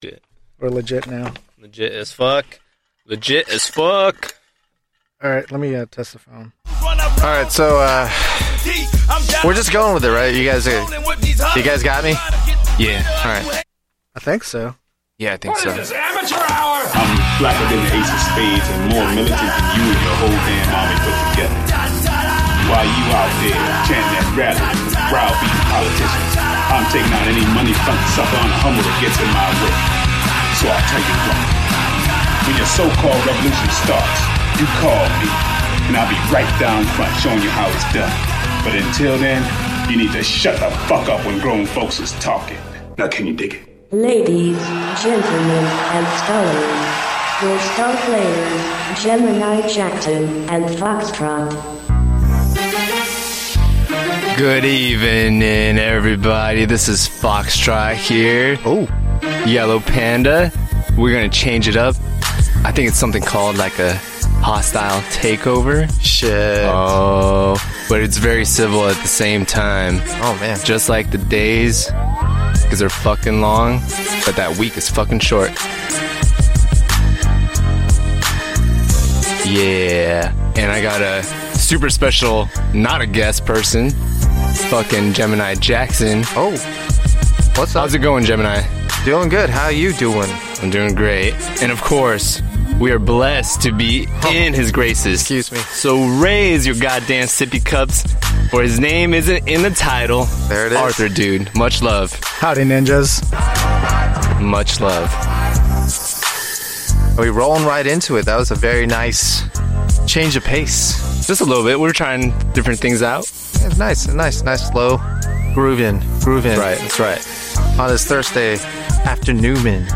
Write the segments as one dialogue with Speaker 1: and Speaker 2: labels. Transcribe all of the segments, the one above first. Speaker 1: Shit.
Speaker 2: We're legit now.
Speaker 1: Legit as fuck. Legit as fuck.
Speaker 2: All right, let me uh, test the phone.
Speaker 3: All right, so uh, we're just going with it, right? You guys, uh, you guys got me.
Speaker 1: Yeah.
Speaker 3: All right.
Speaker 2: I think so.
Speaker 3: Yeah, I think so.
Speaker 4: I'm blacker than the ace of spades and more militant than you and your whole damn army put together. While you out there chanting that rally, browbeating politicians, I'm taking out any money front sucker on a humble that gets in my way. So I'll tell you what. When your so-called revolution starts, you call me, and I'll be right down front showing you how it's done. But until then, you need to shut the fuck up when grown folks is talking. Now can you dig it?
Speaker 5: Ladies, gentlemen, and scholars, your star players, Gemini Jackson and Foxtrot.
Speaker 3: Good evening, everybody. This is Foxtrot here.
Speaker 2: Oh,
Speaker 3: Yellow Panda. We're gonna change it up. I think it's something called like a hostile takeover.
Speaker 1: Shit.
Speaker 3: Oh, but it's very civil at the same time.
Speaker 1: Oh man.
Speaker 3: Just like the days, because they're fucking long, but that week is fucking short. Yeah. And I got a super special, not a guest person, fucking Gemini Jackson.
Speaker 1: Oh.
Speaker 3: What's up? How's it going, Gemini?
Speaker 1: Doing good. How you doing?
Speaker 3: I'm doing great. And of course, we are blessed to be in his graces.
Speaker 1: Excuse me.
Speaker 3: So raise your goddamn sippy cups, for his name isn't in the title.
Speaker 1: There it is.
Speaker 3: Arthur, dude. Much love.
Speaker 2: howdy ninjas.
Speaker 3: Much love.
Speaker 1: Are we rolling right into it? That was a very nice change of pace.
Speaker 3: Just a little bit. We're trying different things out.
Speaker 1: It's nice, nice, nice, slow groove in, groove in.
Speaker 3: That's right.
Speaker 1: On this Thursday afternoon.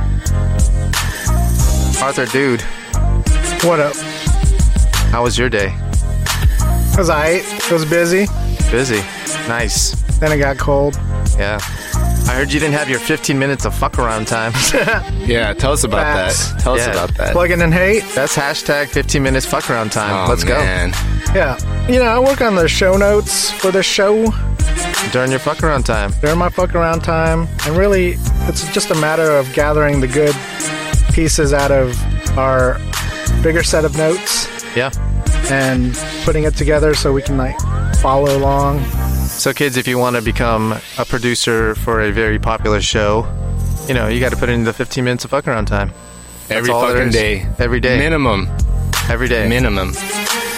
Speaker 1: Arthur, dude,
Speaker 2: What up?
Speaker 1: how was your day?
Speaker 2: It was alright. It was busy.
Speaker 1: Busy. Nice.
Speaker 2: Then it got cold.
Speaker 1: Yeah. I heard you didn't have your 15 minutes of fuck around time.
Speaker 3: Yeah. Tell us about
Speaker 2: Facts.
Speaker 3: that. Tell us
Speaker 1: Yeah.
Speaker 3: about that.
Speaker 2: Plugging in hate.
Speaker 1: That's hashtag 15 minutes fuck around time.
Speaker 3: Oh,
Speaker 1: Let's
Speaker 3: man.
Speaker 2: Yeah. You know, I work on the show notes for the show
Speaker 1: go. During your fuck around time.
Speaker 2: during my fuck around time, and really, it's just a matter of gathering the good pieces out of our bigger set of notes
Speaker 1: Yeah.
Speaker 2: and putting it together so we can like follow along.
Speaker 1: So, kids, if you want to become a producer for a very popular show, you know, you got to put in the 15 minutes of fuck around time.
Speaker 3: Every
Speaker 1: all there
Speaker 3: fucking
Speaker 1: is.
Speaker 3: day.
Speaker 1: Every day.
Speaker 3: Minimum.
Speaker 1: Every day.
Speaker 3: Minimum.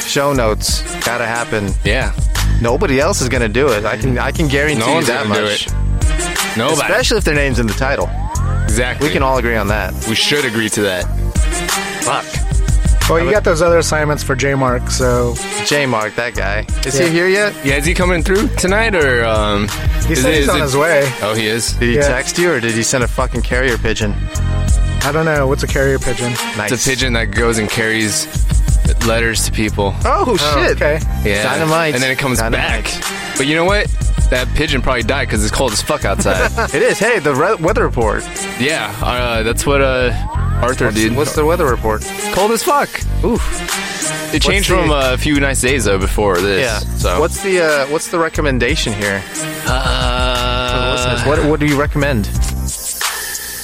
Speaker 1: show notes gotta happen.
Speaker 3: Yeah.
Speaker 1: Nobody else is gonna do it. I can I can guarantee
Speaker 3: No
Speaker 1: you
Speaker 3: one's
Speaker 1: that
Speaker 3: gonna do
Speaker 1: much.
Speaker 3: it. Nobody.
Speaker 1: Especially if their name's in the title.
Speaker 3: exactly.
Speaker 1: We can all agree on that.
Speaker 3: We should agree to that.
Speaker 1: Fuck.
Speaker 2: Well, you got those other assignments for J Mark, so
Speaker 1: J Mark, that guy. Is
Speaker 2: Yeah.
Speaker 1: he here yet?
Speaker 3: Yeah. Is he coming through tonight or um?
Speaker 2: he
Speaker 3: is
Speaker 2: said
Speaker 3: it-
Speaker 2: he's
Speaker 3: is
Speaker 2: on
Speaker 3: it-
Speaker 2: his way.
Speaker 3: Oh, he is.
Speaker 1: Did he
Speaker 2: Yeah.
Speaker 1: text you or did he send a fucking carrier pigeon?
Speaker 2: I don't know. What's a carrier pigeon?
Speaker 1: Nice.
Speaker 3: It's a pigeon that goes and carries letters to people.
Speaker 1: Oh,
Speaker 2: Oh,
Speaker 1: shit.
Speaker 2: okay.
Speaker 3: Yeah.
Speaker 1: Dynamite.
Speaker 3: And then it comes
Speaker 1: Dynamite.
Speaker 3: back. But you know what? That pigeon probably died because it's cold as fuck outside.
Speaker 1: It is. Hey, the re- weather report.
Speaker 3: yeah, uh, that's what uh, Arthur did.
Speaker 1: What's the weather report?
Speaker 3: cold as fuck?
Speaker 1: Oof.
Speaker 3: It changed
Speaker 1: the-
Speaker 3: from uh, a few nice days though before this.
Speaker 1: Yeah.
Speaker 3: So
Speaker 1: What's the uh, what's the recommendation here?
Speaker 3: Uh,
Speaker 1: Listeners, what what do you recommend?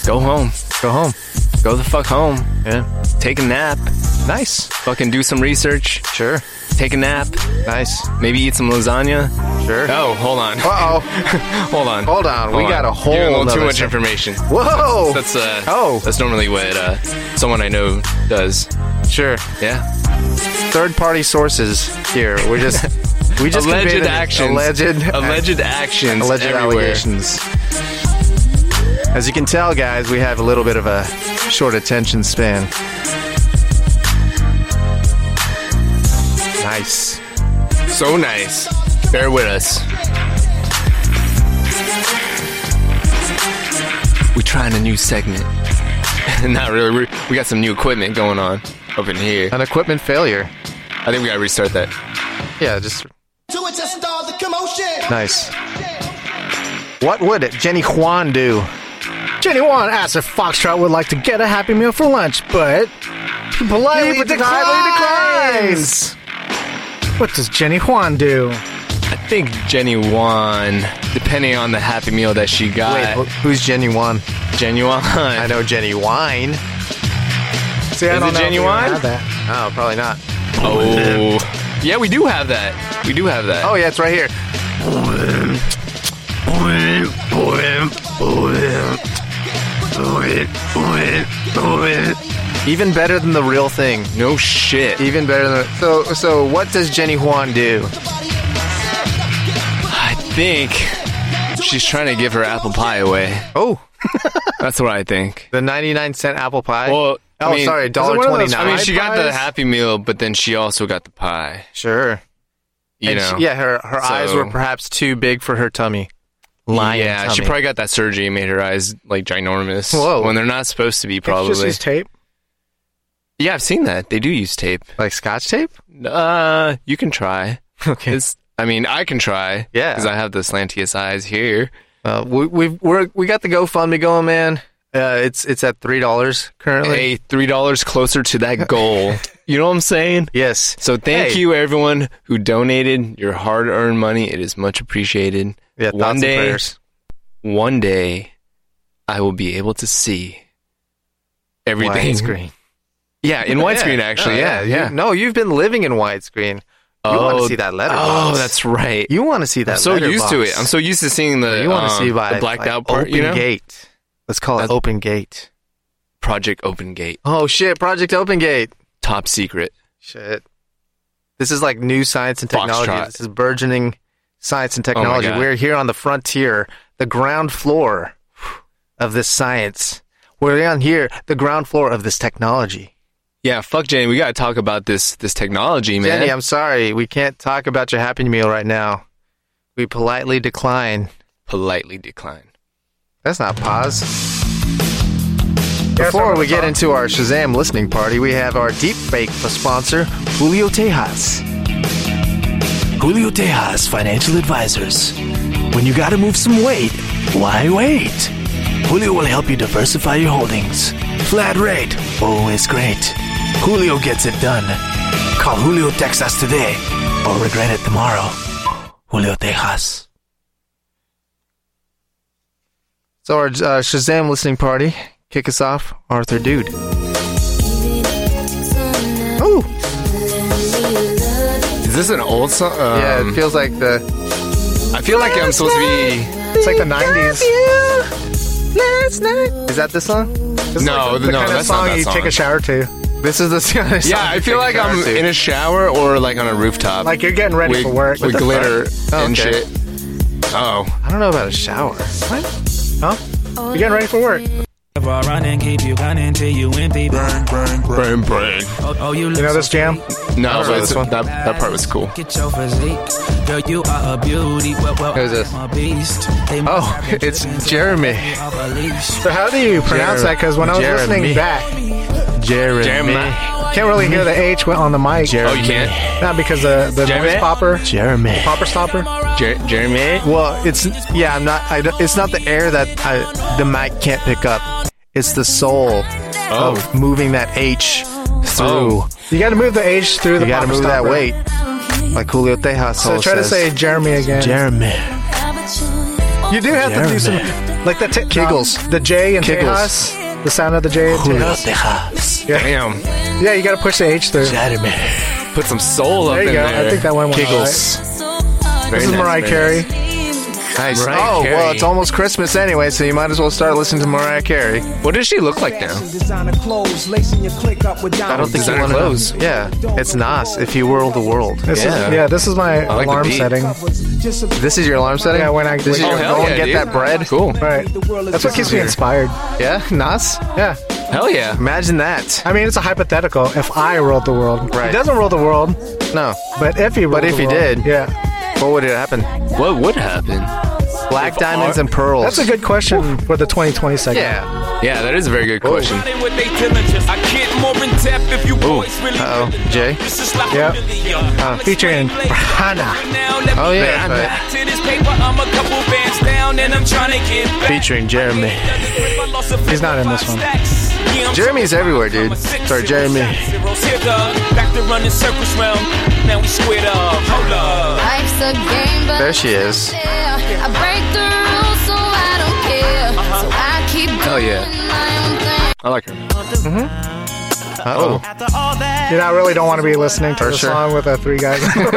Speaker 3: Go home.
Speaker 1: Go home.
Speaker 3: Go the fuck home.
Speaker 1: Yeah.
Speaker 3: Take a nap.
Speaker 1: Nice.
Speaker 3: Fucking do some research.
Speaker 1: Sure.
Speaker 3: Take a nap.
Speaker 1: Nice.
Speaker 3: Maybe eat some lasagna.
Speaker 1: Sure.
Speaker 3: Oh, hold on.
Speaker 1: Uh oh.
Speaker 3: Hold on.
Speaker 1: Hold on, we got a whole
Speaker 3: You're a little too
Speaker 1: nother
Speaker 3: much
Speaker 1: se-
Speaker 3: information.
Speaker 1: Whoa.
Speaker 3: That's uh.
Speaker 1: Oh.
Speaker 3: That's normally what uh, someone I know does.
Speaker 1: sure.
Speaker 3: Yeah.
Speaker 1: Third party sources here. We're just we just
Speaker 3: alleged
Speaker 1: conveyed an
Speaker 3: actions.
Speaker 1: Alleged
Speaker 3: alleged actions.
Speaker 1: alleged
Speaker 3: everywhere.
Speaker 1: allegations. As you can tell, guys, we have a little bit of a short attention span. Nice.
Speaker 3: So nice. Bear with us. We're trying a new segment. Not really. we we got some new equipment going on up in here.
Speaker 1: An equipment failure.
Speaker 3: I think we gotta restart that.
Speaker 1: Yeah, just
Speaker 6: Do it to start the commotion.
Speaker 1: nice. What would it Jenny Juan do?
Speaker 2: Jenny Wan asks if Foxtrot would like to get a Happy Meal for lunch, but she politely
Speaker 1: Politely
Speaker 2: declines. What does Jenny Juan do?
Speaker 3: I think Jenny won, depending on the Happy Meal that she got.
Speaker 1: Wait, wh- who's Jenny Juan?
Speaker 3: Genuine.
Speaker 1: I know Jenny Wine.
Speaker 2: See, I
Speaker 3: Is
Speaker 2: don't
Speaker 3: it
Speaker 2: know if we
Speaker 3: genuine?
Speaker 2: have that.
Speaker 1: Oh, probably not.
Speaker 3: Oh. Yeah, we do have that. We do have that.
Speaker 1: Oh yeah, it's right here. Even better than the real thing.
Speaker 3: no shit.
Speaker 1: Even better than so. So what does Jenny Juan do?
Speaker 3: I think she's trying to give her apple pie away.
Speaker 1: Oh,
Speaker 3: That's what I think.
Speaker 1: the ninety-nine cent apple pie.
Speaker 3: Well, I
Speaker 1: oh,
Speaker 3: mean-
Speaker 1: sorry,
Speaker 3: Is it
Speaker 1: dollar
Speaker 2: one of those
Speaker 1: twenty-nine.
Speaker 3: I mean, she got the
Speaker 2: pies?
Speaker 3: happy meal, but then she also got the pie.
Speaker 1: sure.
Speaker 3: You
Speaker 1: And
Speaker 3: know?
Speaker 1: she- yeah, her her eyes
Speaker 3: So-
Speaker 1: were perhaps too big for her tummy. Lion
Speaker 3: yeah, she
Speaker 1: tummy.
Speaker 3: probably got that surgery and made her eyes like ginormous.
Speaker 1: Whoa.
Speaker 3: When they're not supposed to be,
Speaker 2: It's just
Speaker 3: probably.
Speaker 2: use tape.
Speaker 3: yeah, I've seen that. They do use tape.
Speaker 1: like scotch tape.
Speaker 3: Uh, you can try.
Speaker 1: Okay.
Speaker 3: It's, I mean, I can try.
Speaker 1: Yeah.
Speaker 3: Because I have the slantiest eyes here.
Speaker 1: Uh, we we've, we're, we got the GoFundMe going, man. Uh, it's it's at three dollars currently.
Speaker 3: Hey, $3 closer to that goal. you know what I'm saying?
Speaker 1: Yes.
Speaker 3: So thank
Speaker 1: Hey.
Speaker 3: you everyone who donated your hard-earned money. It is much appreciated.
Speaker 1: Yeah, thoughts
Speaker 3: one
Speaker 1: and
Speaker 3: day,
Speaker 1: prayers.
Speaker 3: one day, I will be able to see everything.
Speaker 1: Widescreen.
Speaker 3: Yeah, in widescreen
Speaker 1: Yeah.
Speaker 3: actually.
Speaker 1: No,
Speaker 3: yeah,
Speaker 1: you-
Speaker 3: yeah.
Speaker 1: no, you've been living in widescreen. You want to see that letter?
Speaker 3: Oh, that's right.
Speaker 1: You want to see that?
Speaker 3: I'm so used to it. I'm so used to seeing the
Speaker 1: You want to
Speaker 3: um,
Speaker 1: see by
Speaker 3: the blacked
Speaker 1: like,
Speaker 3: out part.
Speaker 1: Open
Speaker 3: You know,
Speaker 1: gate. Let's call it
Speaker 3: That's-
Speaker 1: open gate.
Speaker 3: Project Open Gate,
Speaker 1: Oh shit! Project Open Gate.
Speaker 3: top secret.
Speaker 1: Shit. This is like new science and technology.
Speaker 3: Foxtrot. Oh
Speaker 1: This is burgeoning science and
Speaker 3: my
Speaker 1: technology.
Speaker 3: God.
Speaker 1: We're here on the frontier, the ground floor of this science. We're on here, the ground floor of this technology.
Speaker 3: Yeah, fuck Jenny. We gotta talk about this this technology, man.
Speaker 1: Jenny, I'm sorry. We can't talk about your Happy Meal right now. We politely decline.
Speaker 3: politely decline.
Speaker 1: That's not pause. Before we get into our Shazam listening party, we have our deep fake for sponsor, Julio Tejas.
Speaker 7: Julio Tejas Financial Advisors. When you gotta move some weight, why wait? Julio will help you diversify your holdings. Flat rate, always great. Julio gets it done. Call Julio Texas today or regret it tomorrow. Julio Tejas.
Speaker 1: So our uh, Shazam listening party, kick us off, Arthur Dude. Ooh,
Speaker 3: Is this an old song? Um,
Speaker 1: yeah, it feels like the
Speaker 3: I feel like I'm supposed to be.
Speaker 2: It's like the 90s.
Speaker 1: Is that the song?
Speaker 2: It's
Speaker 3: No,
Speaker 2: like the,
Speaker 3: no,
Speaker 2: kind of
Speaker 3: that's not
Speaker 2: song
Speaker 3: that
Speaker 2: you take
Speaker 3: song.
Speaker 2: a shower to.
Speaker 1: This is the song.
Speaker 3: Yeah, I feel like I'm in a shower or like on a rooftop.
Speaker 2: Like you're getting ready
Speaker 3: with,
Speaker 2: for work.
Speaker 3: with glitter
Speaker 1: Oh,
Speaker 3: and
Speaker 1: okay.
Speaker 3: shit. Oh,
Speaker 1: I don't know about a shower.
Speaker 2: You're getting ready for work. You
Speaker 8: Never run and keep you gunning till you empty burn.
Speaker 3: brain brain.
Speaker 8: Oh, oh, you look
Speaker 2: know this jam?
Speaker 3: No,
Speaker 1: know
Speaker 3: but it's,
Speaker 1: this one.
Speaker 3: that that part was cool.
Speaker 8: Get your physique, girl. You are a beauty. Well, well,
Speaker 1: Who's this?
Speaker 8: I'm a beast. They must
Speaker 1: Oh,
Speaker 8: have been
Speaker 1: it's
Speaker 8: tripping, so
Speaker 1: Jeremy.
Speaker 8: I got me off a leash.
Speaker 2: So how do you pronounce
Speaker 1: Jer-
Speaker 2: that? Because when I was
Speaker 1: Jeremy.
Speaker 2: listening back,
Speaker 1: Jeremy.
Speaker 2: can't really hear the H on the mic.
Speaker 3: Oh, you can't.
Speaker 2: Not because the the
Speaker 3: Jeremy?
Speaker 2: noise popper,
Speaker 1: Jeremy.
Speaker 2: popper stopper.
Speaker 3: Jer- Jeremy.
Speaker 1: Well, it's yeah. I'm not. I, don't- it's not the air that I, the mic can't pick up. It's the soul of moving that H through.
Speaker 3: Oh.
Speaker 2: You got to move the H through the.
Speaker 1: You got to
Speaker 2: popper
Speaker 1: move that
Speaker 2: stopper.
Speaker 1: weight, like Julio Tejas.
Speaker 2: So
Speaker 1: always
Speaker 2: try to
Speaker 1: says.
Speaker 2: say Jeremy again.
Speaker 7: Jeremy.
Speaker 2: You do have to do some like the t-
Speaker 1: Kiggles.
Speaker 2: the J and
Speaker 1: Kiggles.
Speaker 2: Tejas, the sound of the J. And
Speaker 7: Julio Tejas.
Speaker 2: Tejas.
Speaker 3: Damn.
Speaker 2: Yeah, you got to push the H through.
Speaker 7: Jeremy.
Speaker 3: Put some soul up
Speaker 2: There you
Speaker 3: in
Speaker 2: go.
Speaker 3: there.
Speaker 2: I think that one went all
Speaker 3: Giggles.
Speaker 2: This is Mariah Carey.
Speaker 1: Nice.
Speaker 3: Mariah
Speaker 1: oh well,
Speaker 3: Carey.
Speaker 1: it's almost Christmas anyway, so you might as well start listening to Mariah Carey.
Speaker 3: What does she look like now?
Speaker 9: Designer clothes, lacing your click up with
Speaker 1: I don't
Speaker 9: diamonds.
Speaker 1: think you
Speaker 3: Designer
Speaker 1: want
Speaker 3: clothes.
Speaker 1: Yeah, it's Nas. If you were the world.
Speaker 2: This
Speaker 3: Yeah.
Speaker 2: is yeah. This is my
Speaker 3: like the
Speaker 2: alarm
Speaker 3: beat.
Speaker 2: setting. All
Speaker 9: Just a-
Speaker 1: This is your alarm setting.
Speaker 2: Yeah, when I-
Speaker 1: this is
Speaker 2: Oh,
Speaker 1: your
Speaker 2: hell
Speaker 1: go and
Speaker 3: yeah,
Speaker 1: get
Speaker 3: dude.
Speaker 1: that bread.
Speaker 3: Cool.
Speaker 2: right. That's what keeps me inspired.
Speaker 1: Yeah, Nas.
Speaker 2: Yeah.
Speaker 3: Hell yeah.
Speaker 1: Imagine that.
Speaker 2: I mean, it's a hypothetical. If I ruled the world,
Speaker 1: Right.
Speaker 2: He doesn't rule the world,
Speaker 1: No,
Speaker 2: but if he ruled
Speaker 1: But if
Speaker 2: the
Speaker 1: he
Speaker 2: world-
Speaker 1: did.
Speaker 2: yeah,
Speaker 1: what would it happen?
Speaker 3: What would happen?
Speaker 1: Black
Speaker 3: If
Speaker 1: diamonds
Speaker 3: our-
Speaker 1: and pearls.
Speaker 2: that's a good question for the 2020 segment.
Speaker 1: Yeah.
Speaker 3: Yeah, that is a very good
Speaker 1: Oh.
Speaker 3: question.
Speaker 10: I can't more in depth if you boys really
Speaker 1: Uh-oh. Jay? Uh,
Speaker 10: This is like
Speaker 2: Yep.
Speaker 10: a million. I'm
Speaker 2: featuring
Speaker 10: explaining later.
Speaker 2: Rihanna.
Speaker 10: Right now, let
Speaker 1: Oh,
Speaker 10: me
Speaker 1: yeah,
Speaker 10: get
Speaker 1: that's
Speaker 10: back to this paper. I'm a couple bands down and I'm trying to get back.
Speaker 1: Featuring Jeremy.
Speaker 2: He's not in this one.
Speaker 1: Jeremy's everywhere, dude. Sorry, Jeremy.
Speaker 10: Back to running circles round. Now we squared up. Hold up.
Speaker 11: Life's a game, but
Speaker 1: There she is.
Speaker 3: Uh-huh.
Speaker 11: I break the rules, so I don't care. So I keep
Speaker 6: Hell yeah. I like her.
Speaker 1: oh.
Speaker 2: You know, I really don't want to be listening to
Speaker 1: For
Speaker 2: the
Speaker 1: sure.
Speaker 2: song with a three guys.
Speaker 6: oh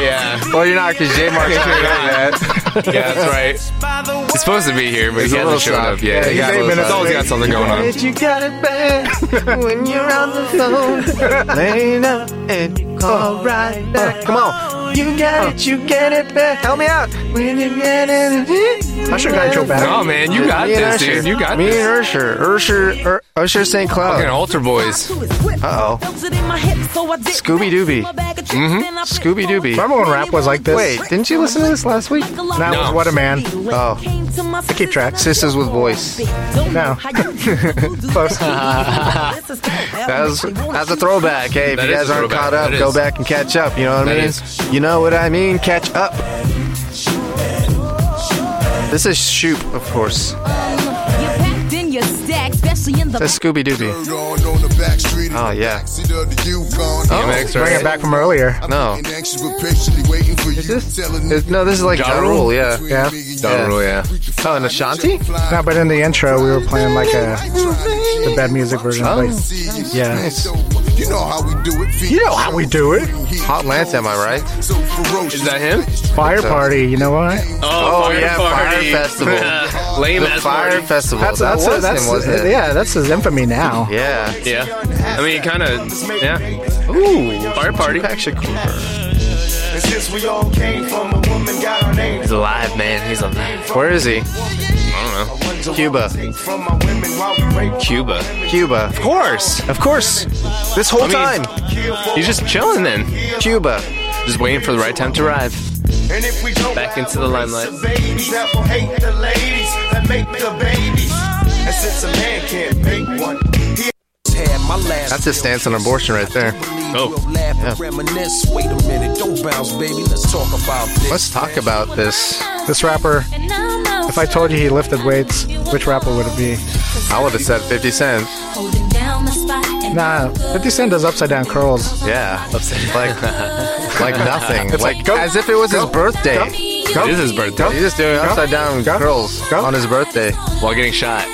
Speaker 6: yeah.
Speaker 1: Well, you're not because J Mark's not that.
Speaker 6: Yeah, that's right. He's supposed to be here, but
Speaker 1: He's
Speaker 6: he
Speaker 1: a little
Speaker 6: hasn't shown
Speaker 1: soft.
Speaker 6: up yet. He
Speaker 1: Yeah, he's
Speaker 6: got-
Speaker 1: eight
Speaker 6: he's
Speaker 1: minutes
Speaker 6: always got
Speaker 1: late.
Speaker 6: something going on.
Speaker 3: you got it bad when you're on the phone. Lay down and
Speaker 2: Oh.
Speaker 3: call right back.
Speaker 1: Come on.
Speaker 3: You got it, you get it back. Help me out. When you get it,
Speaker 2: I should guide your back.
Speaker 6: No man, you got
Speaker 1: Me and
Speaker 6: this,
Speaker 1: Usher.
Speaker 6: dude. You got
Speaker 1: Me
Speaker 6: this.
Speaker 1: and Ursher. Ursher. Ur- Usher St.
Speaker 6: Fucking
Speaker 1: Cloud.
Speaker 6: altar boys.
Speaker 1: Uh oh. Scooby Dooby.
Speaker 6: Mm-hmm.
Speaker 1: Scooby Dooby.
Speaker 2: Remember when rap was like this?
Speaker 1: Wait, didn't you listen to this last week?
Speaker 2: Now
Speaker 6: No.
Speaker 2: it's What a Man.
Speaker 1: Oh.
Speaker 2: I keep track.
Speaker 1: Sisters with Voice.
Speaker 2: No. Close.
Speaker 1: That was, that's a throwback. Hey, if
Speaker 6: That
Speaker 1: you
Speaker 6: is
Speaker 1: guys
Speaker 6: a
Speaker 1: aren't
Speaker 6: throwback.
Speaker 1: caught up,
Speaker 6: That
Speaker 1: go
Speaker 6: is.
Speaker 1: back and catch up. You know what I
Speaker 6: That
Speaker 1: mean?
Speaker 6: is.
Speaker 1: You know what I mean? Catch up. This is Shoop, of course. That's Scooby Dooby. Oh, yeah.
Speaker 3: Oh,
Speaker 6: DMX,
Speaker 2: Bring it
Speaker 6: right?
Speaker 2: back from earlier.
Speaker 1: No.
Speaker 3: Is
Speaker 1: this- It's- no, this is like
Speaker 6: Ja
Speaker 1: Ja
Speaker 6: Rule?
Speaker 1: Rule, yeah.
Speaker 2: Yeah.
Speaker 6: Ja Rule, yeah.
Speaker 1: Oh, and Ashanti?
Speaker 2: No, but in the intro, we were playing like a the bad music version.
Speaker 1: Oh.
Speaker 2: Like, yeah.
Speaker 3: You know how we do it.
Speaker 2: You know how we do it.
Speaker 1: Hot Lance, am I right?
Speaker 3: So ferocious.
Speaker 6: Is that him?
Speaker 2: Fire
Speaker 1: So-
Speaker 2: party. You know what?
Speaker 1: Oh, yeah, Fire Festival.
Speaker 6: Lame
Speaker 1: The
Speaker 6: ass
Speaker 1: Fire
Speaker 6: party.
Speaker 1: Festival.
Speaker 2: That's
Speaker 1: that
Speaker 2: that's
Speaker 1: was
Speaker 2: that's
Speaker 1: him, wasn't it?
Speaker 2: yeah. That's his infamy now.
Speaker 1: Yeah.
Speaker 6: Yeah. I mean, kind of. Yeah.
Speaker 1: Ooh.
Speaker 6: Fire party.
Speaker 1: Tupac Shakur.
Speaker 3: Since we all came from a woman, got our name.
Speaker 6: He's alive, man. He's alive.
Speaker 1: Where is he?
Speaker 6: I don't know.
Speaker 1: Cuba.
Speaker 3: From my women while we rape.
Speaker 6: Cuba.
Speaker 1: Cuba.
Speaker 6: Of course.
Speaker 1: Of course. This whole
Speaker 6: I mean-
Speaker 1: time.
Speaker 6: He's just chilling then.
Speaker 1: Cuba.
Speaker 6: Just waiting for the right time to arrive.
Speaker 3: And if we don't
Speaker 6: Back
Speaker 3: have
Speaker 6: into
Speaker 3: a
Speaker 6: the
Speaker 3: race
Speaker 6: limelight.
Speaker 3: of Babies that will hate the ladies that make the babies. And since a man can't make one, he
Speaker 1: That's his stance on abortion right there.
Speaker 6: Oh.
Speaker 12: Reminisce. Wait a minute, don't bounce, baby. Let's talk about this.
Speaker 1: Let's talk about this.
Speaker 2: This rapper. If I told you he lifted weights, which rapper would it be?
Speaker 1: I would have said 50 Cent.
Speaker 2: Nah, 50 Cent does upside down curls.
Speaker 1: Yeah. Like, like nothing.
Speaker 2: It's
Speaker 1: like,
Speaker 2: like, go,
Speaker 1: as if it was his
Speaker 2: go,
Speaker 1: birthday.
Speaker 2: go.
Speaker 6: It is his birthday.
Speaker 1: He's just doing uh, upside down
Speaker 2: go,
Speaker 1: curls
Speaker 2: go.
Speaker 1: on his birthday
Speaker 6: While getting shot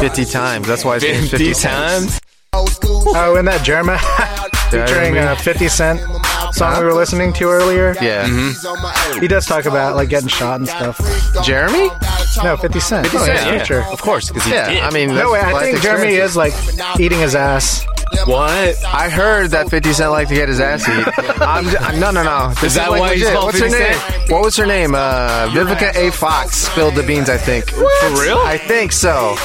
Speaker 1: 50 times. That's why it's
Speaker 6: 50,
Speaker 1: 50, 50
Speaker 6: times.
Speaker 2: Oh, and that Jerma
Speaker 1: Jeremy.
Speaker 2: featuring uh, 50 Cent song we were listening to earlier.
Speaker 1: Yeah. Mm-hmm.
Speaker 2: He does talk about like getting shot and stuff.
Speaker 1: Jeremy?
Speaker 2: No, 50 Cent.
Speaker 1: 50
Speaker 2: Oh, yeah,
Speaker 1: Cent, yeah.
Speaker 2: Future.
Speaker 6: Of course, because he
Speaker 1: Yeah,
Speaker 6: did.
Speaker 1: I mean, that's
Speaker 2: No way, I
Speaker 1: life
Speaker 2: think Jeremy
Speaker 1: experiences.
Speaker 2: is like eating his ass.
Speaker 6: what?
Speaker 1: I heard that 50 Cent liked to get his ass eat. I'm j- I'm- no, no, no. This
Speaker 6: that
Speaker 1: like
Speaker 6: why he's
Speaker 1: legit.
Speaker 6: called
Speaker 1: What's her
Speaker 6: 50
Speaker 1: name?
Speaker 6: Cent?
Speaker 1: What was her name? Uh, Vivica A. Fox spilled the beans, I think.
Speaker 6: For real?
Speaker 1: I think so.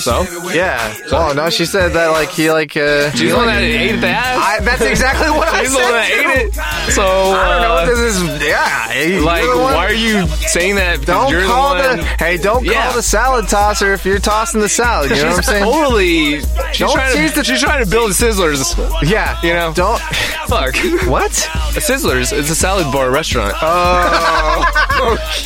Speaker 6: so?
Speaker 1: Yeah. Well, Oh, no, she said that like he like. Uh,
Speaker 6: She's
Speaker 1: he,
Speaker 6: the one
Speaker 1: like-
Speaker 6: that ate the ass.
Speaker 1: I, that's exactly what I
Speaker 6: She's the one that
Speaker 1: said.
Speaker 6: ate it.
Speaker 1: too.
Speaker 6: So,
Speaker 1: I don't know
Speaker 6: uh,
Speaker 1: what this is. Yeah. you-
Speaker 6: like,
Speaker 1: you're the one-
Speaker 6: why are you saying that? Because
Speaker 1: Don't
Speaker 6: you're
Speaker 1: call
Speaker 6: the one.
Speaker 1: the hey. Don't
Speaker 6: Yeah.
Speaker 1: call the salad tosser if you're tossing the salad. You know what I'm
Speaker 6: she's
Speaker 1: saying?
Speaker 6: totally. She's
Speaker 1: Don't
Speaker 6: trying,
Speaker 1: tease
Speaker 6: to,
Speaker 1: the-
Speaker 6: she's trying to build Sizzlers.
Speaker 1: yeah.
Speaker 6: You know.
Speaker 1: Don't.
Speaker 6: Fuck.
Speaker 1: What?
Speaker 6: A Sizzlers. It's a salad bar restaurant.
Speaker 1: Okay.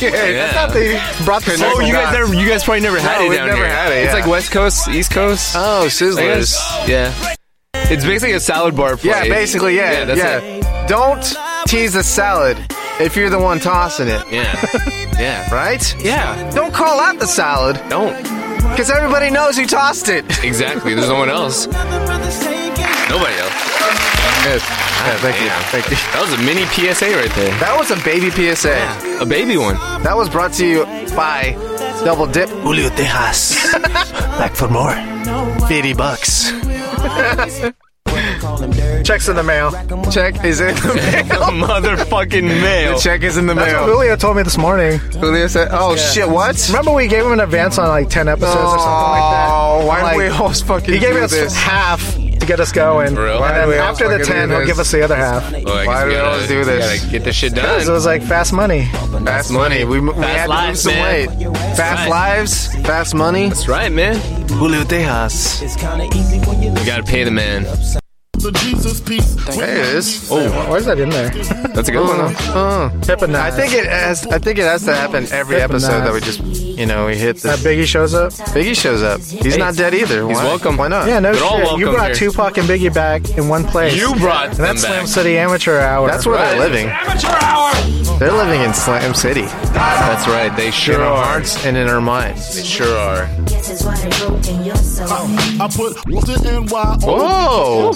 Speaker 6: Yeah.
Speaker 1: That's not the brought the
Speaker 6: oh, you guys never. You guys probably never had
Speaker 1: No,
Speaker 6: it
Speaker 1: we've
Speaker 6: down
Speaker 1: never
Speaker 6: here.
Speaker 1: had it,
Speaker 6: It's
Speaker 1: yeah.
Speaker 6: like West Coast, East Coast.
Speaker 1: Oh,
Speaker 6: I
Speaker 1: Sizzlers.
Speaker 6: guess. Yeah. It's basically a salad bar. Play.
Speaker 1: Yeah, basically, yeah. Yeah,
Speaker 6: that's it.
Speaker 1: Don't tease the salad if you're the one tossing it,
Speaker 6: Yeah. Yeah.
Speaker 1: right?
Speaker 6: Yeah.
Speaker 1: Don't call out the salad
Speaker 6: Don't.
Speaker 1: because everybody knows who tossed it.
Speaker 6: Exactly. There's no one else. Nobody else.
Speaker 1: Yes. Yeah, thank you. Thank you.
Speaker 6: That was a mini PSA right there.
Speaker 1: That was a baby PSA.
Speaker 6: A baby one.
Speaker 1: That was brought to you by Double Dip.
Speaker 13: Julio Tejas. Back for more. 50 bucks.
Speaker 2: Checks in the mail.
Speaker 1: Check is in the mail.
Speaker 6: Motherfucking mail.
Speaker 1: The check is in the
Speaker 2: That's what
Speaker 1: mail.
Speaker 2: Julio told me this morning.
Speaker 1: Julio said, "Oh shit, what?"
Speaker 2: Remember we gave him an advance on like 10 episodes or something like that?
Speaker 1: Oh, why
Speaker 2: Like,
Speaker 1: don't we always fucking
Speaker 2: He gave
Speaker 1: do
Speaker 2: us
Speaker 1: this?
Speaker 2: half to get us going.
Speaker 6: real? Why
Speaker 2: And
Speaker 1: do
Speaker 2: then
Speaker 1: we always
Speaker 2: after the
Speaker 1: fucking do
Speaker 2: 10, he'll
Speaker 1: this?
Speaker 2: give us the other half.
Speaker 6: Oh, I guess
Speaker 1: Why do we
Speaker 6: gotta-
Speaker 1: always do this?
Speaker 6: gotta get this shit done.
Speaker 2: Because it was like fast money.
Speaker 1: Fast money. We, we had to lose
Speaker 6: lives,
Speaker 1: some weight.
Speaker 6: man.
Speaker 1: Fast
Speaker 6: right.
Speaker 1: lives, fast money.
Speaker 6: That's right, man.
Speaker 1: Julio Tejas.
Speaker 6: You gotta pay the man.
Speaker 1: There it is.
Speaker 2: Oh, why is that in there?
Speaker 6: That's a good one. Huh?
Speaker 1: I
Speaker 2: Hypnotize.
Speaker 1: think it has. I think it has to happen every
Speaker 2: Hypnotize.
Speaker 1: episode that we just, you know, we hit
Speaker 2: that
Speaker 1: the.
Speaker 2: Biggie shows up.
Speaker 1: Biggie shows up. He's not dead either.
Speaker 6: He's
Speaker 1: Why?
Speaker 6: welcome.
Speaker 1: Why not?
Speaker 2: Yeah, no
Speaker 6: They're all
Speaker 2: shit. You
Speaker 6: welcome
Speaker 2: brought
Speaker 6: here.
Speaker 2: Tupac and Biggie back in one place.
Speaker 6: You brought
Speaker 2: And
Speaker 6: them
Speaker 2: that's Slam
Speaker 6: back.
Speaker 2: City Amateur Hour.
Speaker 1: That's where
Speaker 6: Right.
Speaker 1: they're living. They're living in Slam City,
Speaker 6: That's right. They sure
Speaker 1: in our
Speaker 6: are.
Speaker 1: hearts and in our minds.
Speaker 6: Sure are.
Speaker 11: This is why they broken your soul.
Speaker 14: I put the NY on
Speaker 3: Whoa.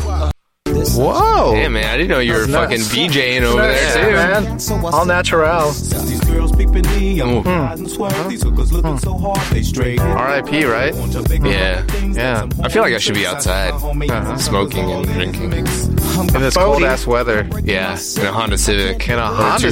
Speaker 1: Whoa.
Speaker 3: Damn, man. I didn't know you were
Speaker 2: That's
Speaker 3: fucking
Speaker 2: nuts.
Speaker 3: VJing over
Speaker 2: Nice,
Speaker 3: there, too.
Speaker 2: man. All natural.
Speaker 3: Hmm.
Speaker 1: R.I.P. Right?
Speaker 3: Yeah.
Speaker 1: Yeah.
Speaker 3: I feel like I should be outside uh, smoking and drinking.
Speaker 1: In this cold ass weather.
Speaker 3: Yeah, in a Honda Civic. In
Speaker 1: A
Speaker 3: 240
Speaker 1: Honda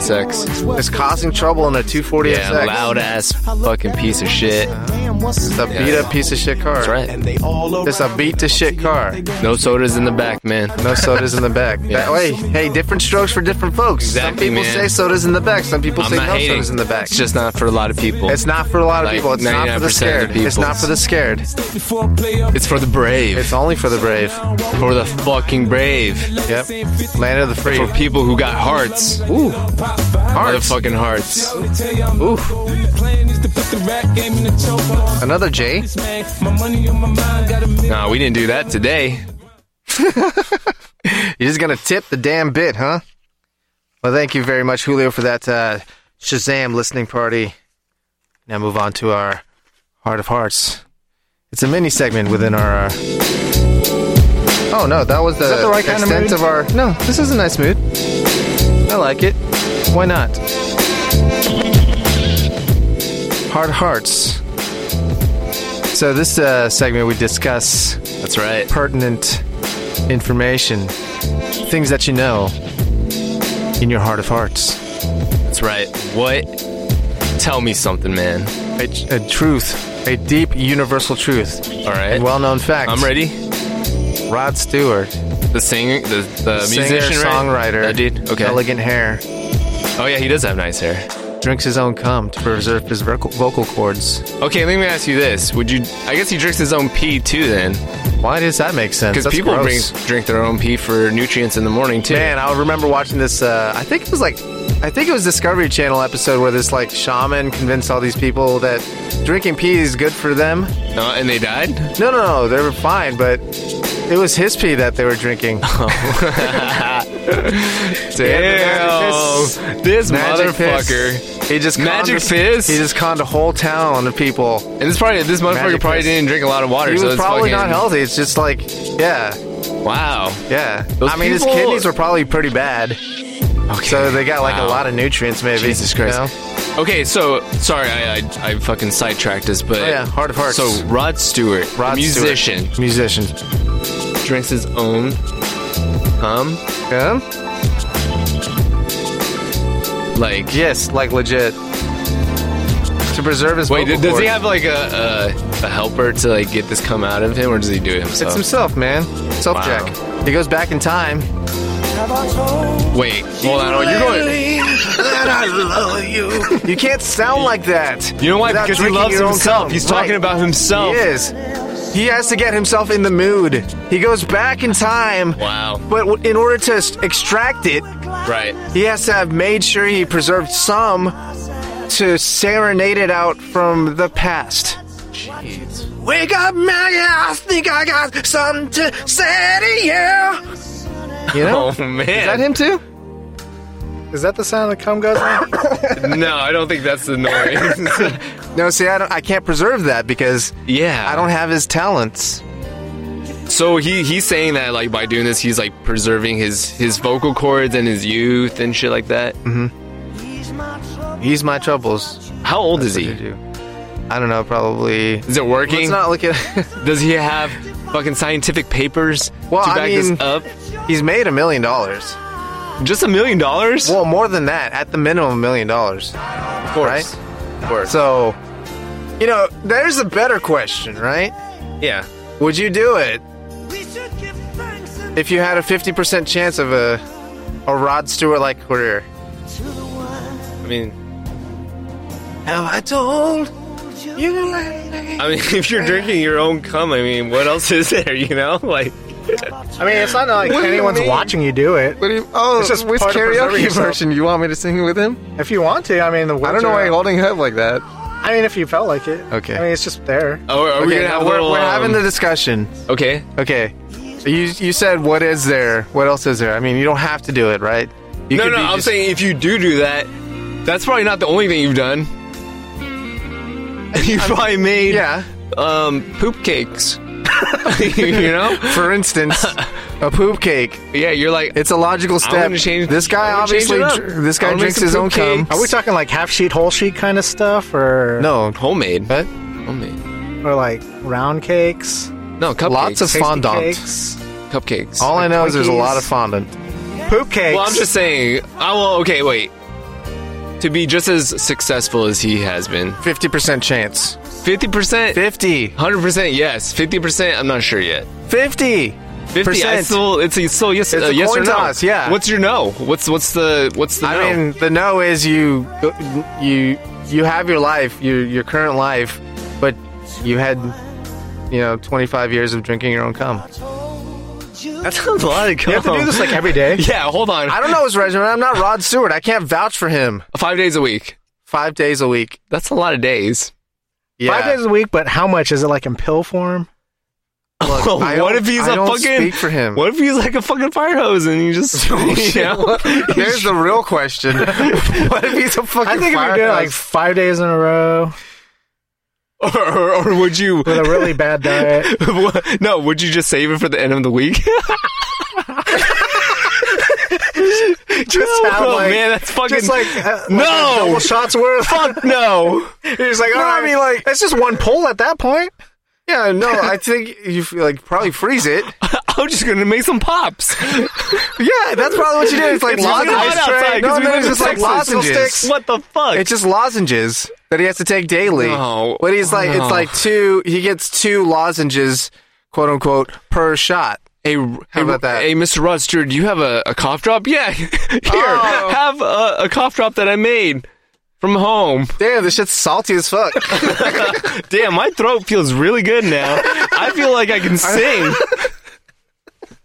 Speaker 1: Civic?
Speaker 3: SX.
Speaker 1: It's causing trouble in a 240
Speaker 3: Yeah,
Speaker 1: SX.
Speaker 3: loud ass fucking piece of shit.
Speaker 1: It's a
Speaker 3: Yeah.
Speaker 1: beat up piece of shit car.
Speaker 3: That's right.
Speaker 1: It's a beat to shit car.
Speaker 3: No sodas in the back, man.
Speaker 1: No sodas in the back.
Speaker 3: Yeah.
Speaker 1: That way, hey, different strokes for different folks.
Speaker 3: Exactly,
Speaker 1: Some people
Speaker 3: man.
Speaker 1: say sodas in the back. Some people
Speaker 3: I'm
Speaker 1: say
Speaker 3: not
Speaker 1: no
Speaker 3: hating.
Speaker 1: sodas in the back.
Speaker 3: It's just not for a lot of people.
Speaker 1: It's not for a lot of
Speaker 3: Like
Speaker 1: people. It's not for the
Speaker 3: 99% of
Speaker 1: scared. It's
Speaker 3: people.
Speaker 1: not for the scared.
Speaker 3: It's for the brave.
Speaker 1: It's only for the brave.
Speaker 3: For the fucking brave.
Speaker 1: Yep. Land of the free.
Speaker 3: For people who got hearts.
Speaker 1: Ooh. Hearts.
Speaker 3: Motherfucking hearts.
Speaker 1: Ooh. Another J.
Speaker 3: Nah, we didn't do that today.
Speaker 1: You're just gonna tip the damn bit, huh? Well, thank you very much, Julio, for that uh, Shazam listening party. Now move on to our Heart of Hearts. It's a mini segment within our. Uh... Oh no, that was the,
Speaker 2: Is that the right kind of
Speaker 1: extent
Speaker 2: mood?
Speaker 1: of our. No, this is a nice mood. I like it. Why not? Heart of Hearts. So this uh, segment we discuss
Speaker 3: That's right.
Speaker 1: pertinent information, things that you know in your heart of hearts,
Speaker 3: That's right. What? Tell me something, man.
Speaker 1: a, a truth, a deep universal truth,
Speaker 3: All right.
Speaker 1: well known fact.
Speaker 3: I'm ready.
Speaker 1: Rod Stewart,
Speaker 3: The singer, the, the
Speaker 1: singer,
Speaker 3: musician, right?
Speaker 1: songwriter,
Speaker 3: That dude. Okay.
Speaker 1: elegant hair,
Speaker 3: Oh yeah, he does have nice hair.
Speaker 1: drinks his own cum to preserve his vocal, vocal cords.
Speaker 3: Okay, let me ask you this: Would you? I guess he drinks his own pee too, then,
Speaker 1: Why does that make sense?
Speaker 3: because
Speaker 1: That's
Speaker 3: people bring,
Speaker 1: gross.
Speaker 3: drink their own pee for nutrients in the morning too.
Speaker 1: Man, I remember watching this. Uh, I think it was like, I think it was Discovery Channel episode where this like shaman convinced all these people that drinking pee is good for them.
Speaker 3: Uh, and they died.
Speaker 1: No, no, no. They were fine, but it was his pee that they were drinking.
Speaker 3: Damn, this
Speaker 1: Magic piss.
Speaker 3: motherfucker.
Speaker 1: He just conned
Speaker 3: Magic
Speaker 1: this-
Speaker 3: fizz?
Speaker 1: He just conned a whole town of people.
Speaker 3: And this probably this motherfucker
Speaker 1: Magic
Speaker 3: probably
Speaker 1: piss.
Speaker 3: didn't drink a lot of water.
Speaker 1: He
Speaker 3: so
Speaker 1: was
Speaker 3: it's
Speaker 1: probably not
Speaker 3: fucking-
Speaker 1: healthy. It's just like, yeah,
Speaker 3: Wow.
Speaker 1: yeah.
Speaker 3: Those
Speaker 1: I mean, his
Speaker 3: people-
Speaker 1: kidneys were probably pretty bad,
Speaker 3: Okay.
Speaker 1: so they got like a
Speaker 3: Wow.
Speaker 1: lot of nutrients, maybe.
Speaker 3: Jesus Christ.
Speaker 1: know?
Speaker 3: Okay, so sorry, I, I I fucking sidetracked us, but
Speaker 1: Oh, yeah, heart of hearts.
Speaker 3: So Rod Stewart,
Speaker 1: Rod Stewart.
Speaker 3: musician,
Speaker 1: musician.
Speaker 3: drinks his own cum.
Speaker 1: Yeah?
Speaker 3: Like,
Speaker 1: Yes, like legit. To preserve his
Speaker 3: wait,
Speaker 1: vocal
Speaker 3: does he
Speaker 1: cords.
Speaker 3: have like a, a a helper to like get this cum out of him, or does he do it
Speaker 1: It's
Speaker 3: himself?
Speaker 1: himself, man. Self
Speaker 3: Wow.
Speaker 1: check. He goes back in time.
Speaker 3: wait, hold on, you're going.
Speaker 1: You can't sound like that.
Speaker 3: You know why?
Speaker 1: without
Speaker 3: Because he
Speaker 1: drinking
Speaker 3: loves
Speaker 1: your own
Speaker 3: himself.
Speaker 1: cum.
Speaker 3: He's talking
Speaker 1: Right.
Speaker 3: about himself.
Speaker 1: He is. He has to get himself in the mood. He goes back in time.
Speaker 3: Wow.
Speaker 1: But w- in order to s- extract it,
Speaker 3: Right.
Speaker 1: he has to have made sure he preserved some to serenade it out from the past. Wake up, man! I think I got something to say to you. You know?
Speaker 3: Oh man.
Speaker 1: Is that him too?
Speaker 2: Is that the sound that cum goes on?
Speaker 3: No, I don't think that's the noise.
Speaker 1: No, see, I, don't, I can't preserve that because
Speaker 3: yeah,
Speaker 1: I don't have his talents.
Speaker 3: So he he's saying that like by doing this he's like preserving his his vocal cords and his youth and shit like that.
Speaker 1: He's my troubles.
Speaker 3: How old is
Speaker 1: What
Speaker 3: he?
Speaker 1: do you do? I don't know, probably.
Speaker 3: Is it working?
Speaker 1: Let's not look at.
Speaker 3: Does he have fucking scientific papers
Speaker 1: Well,
Speaker 3: to
Speaker 1: I
Speaker 3: back
Speaker 1: mean-
Speaker 3: this up?
Speaker 1: He's made a million dollars.
Speaker 3: uh, Just a million dollars?
Speaker 1: Well, more than that, at the minimum, a million dollars.
Speaker 3: Of course.
Speaker 1: right?
Speaker 3: Of course.
Speaker 1: So, you know, there's a better question, right?
Speaker 3: yeah.
Speaker 1: Would you do it if you had a 50% chance of a a Rod Stewart like career?
Speaker 3: I mean
Speaker 1: Have I told you lately?
Speaker 3: I mean if you're drinking your own cum, I mean what else is there, you know? Like
Speaker 2: I mean, it's not like
Speaker 1: What do you
Speaker 2: anyone's
Speaker 1: mean?
Speaker 2: watching you do it.
Speaker 1: What do you, oh,
Speaker 2: It's just
Speaker 1: with
Speaker 2: part of preserving
Speaker 1: karaoke
Speaker 2: yourself.
Speaker 1: version. You want me to sing with him?
Speaker 2: If you want to, I mean, the
Speaker 1: I don't know why
Speaker 2: I
Speaker 1: you're holding it up like that.
Speaker 2: I mean, if you felt like it.
Speaker 1: Okay.
Speaker 2: I mean, it's just there.
Speaker 3: Oh, are we
Speaker 1: Okay,
Speaker 3: gonna
Speaker 1: now
Speaker 3: have a
Speaker 1: we're,
Speaker 3: little,
Speaker 1: we're
Speaker 3: um,
Speaker 1: having the discussion.
Speaker 3: Okay.
Speaker 1: Okay. You you said what is there? What else is there? I mean, you don't have to do it, right? You
Speaker 3: no
Speaker 1: could
Speaker 3: no,
Speaker 1: be
Speaker 3: I'm
Speaker 1: just-
Speaker 3: saying if you do do that, that's probably not the only thing you've done. You probably made
Speaker 1: yeah.
Speaker 3: um, poop cakes. you know,
Speaker 1: for instance, a poop cake.
Speaker 3: Yeah, you're like
Speaker 1: it's a logical step.
Speaker 3: gonna change-
Speaker 1: this guy
Speaker 3: I'm gonna change
Speaker 1: obviously
Speaker 3: it up.
Speaker 1: dr- this
Speaker 3: I'm
Speaker 1: guy
Speaker 3: gonna make
Speaker 1: drinks
Speaker 3: some
Speaker 1: his
Speaker 3: poop
Speaker 1: own cum.
Speaker 3: cakes.
Speaker 2: Are we talking like half sheet, whole sheet kind of stuff, or
Speaker 3: Oh.
Speaker 1: No,
Speaker 3: homemade.
Speaker 1: What?
Speaker 3: Homemade.
Speaker 2: or like round cakes,
Speaker 3: No, cupcakes.
Speaker 1: Lots of
Speaker 2: tasty
Speaker 1: fondant.
Speaker 2: cakes,
Speaker 3: cupcakes.
Speaker 1: All I know is there's a
Speaker 2: Twinkies.
Speaker 1: lot of fondant.
Speaker 2: poop cakes?
Speaker 3: Well, I'm just saying. I will. Okay, wait. To be just as successful as he has been,
Speaker 1: Fifty percent chance.
Speaker 3: fifty percent,
Speaker 1: Fifty.
Speaker 3: hundred percent, yes, fifty percent. I'm not sure yet.
Speaker 1: Fifty.
Speaker 3: Fifty. I
Speaker 1: Percent.
Speaker 3: still, it's a, still yes,
Speaker 1: It's
Speaker 3: uh,
Speaker 1: a
Speaker 3: yes
Speaker 1: coin
Speaker 3: or no.
Speaker 1: toss, yeah.
Speaker 3: What's your no? What's what's the what's the
Speaker 1: I
Speaker 3: no?
Speaker 1: mean, the no is you you you have your life, your your current life, but you had you know 25 years of drinking your own cum.
Speaker 3: that sounds a lot of.
Speaker 2: you have to do this like every day.
Speaker 3: Yeah, hold on.
Speaker 1: I don't know his regimen. I'm not Rod Stewart. I can't vouch for him.
Speaker 3: Five days a week.
Speaker 1: 5 days a week.
Speaker 3: That's a lot of days.
Speaker 1: Yeah.
Speaker 2: Five days a week, but how much is it like in pill form?
Speaker 1: Look, I
Speaker 3: what
Speaker 1: don't-
Speaker 3: if he's
Speaker 1: I
Speaker 3: a
Speaker 1: don't
Speaker 3: fucking?
Speaker 1: speak for him.
Speaker 3: What if he's like a fucking fire hose and you just? you know?
Speaker 1: Oh, There's the real question. what if he's a fucking
Speaker 2: I think if you
Speaker 1: fire
Speaker 2: did it
Speaker 1: hose?
Speaker 2: like five days in a row
Speaker 3: or, or, or would you?
Speaker 2: with a really bad diet,
Speaker 3: What- no, would you just save it for the end of the week?
Speaker 2: just have
Speaker 3: oh
Speaker 2: like
Speaker 3: man, that's fucking
Speaker 2: just like uh, like
Speaker 3: No!
Speaker 2: a double shots worth.
Speaker 3: fuck no.
Speaker 2: He's like, all
Speaker 1: I
Speaker 2: right,
Speaker 1: mean, like-
Speaker 2: that's just one pull at that point.
Speaker 1: Yeah, no, I think you f- like probably freeze it.
Speaker 3: I'm just gonna make some pops.
Speaker 1: Yeah, that's probably what you did. It's like
Speaker 3: It's really hot
Speaker 1: lozenges.
Speaker 3: outside 'cause
Speaker 1: No,
Speaker 3: we
Speaker 1: no,
Speaker 3: live
Speaker 1: it's
Speaker 3: in
Speaker 1: just like
Speaker 3: Texas.
Speaker 1: lozenges.
Speaker 3: what the fuck?
Speaker 1: It's just lozenges that he has to take daily.
Speaker 3: No.
Speaker 1: But he's like,
Speaker 3: No.
Speaker 1: it's like two, he gets two lozenges, quote unquote, per shot.
Speaker 3: Hey, hey,
Speaker 1: about that?
Speaker 3: Hey, Mr. Rod Stewart, do you have a, a cough drop? Yeah, here,
Speaker 1: Oh.
Speaker 3: have a, a cough drop that I made from home.
Speaker 1: Damn, this shit's salty as fuck.
Speaker 3: Damn, my throat feels really good now. I feel like I can sing.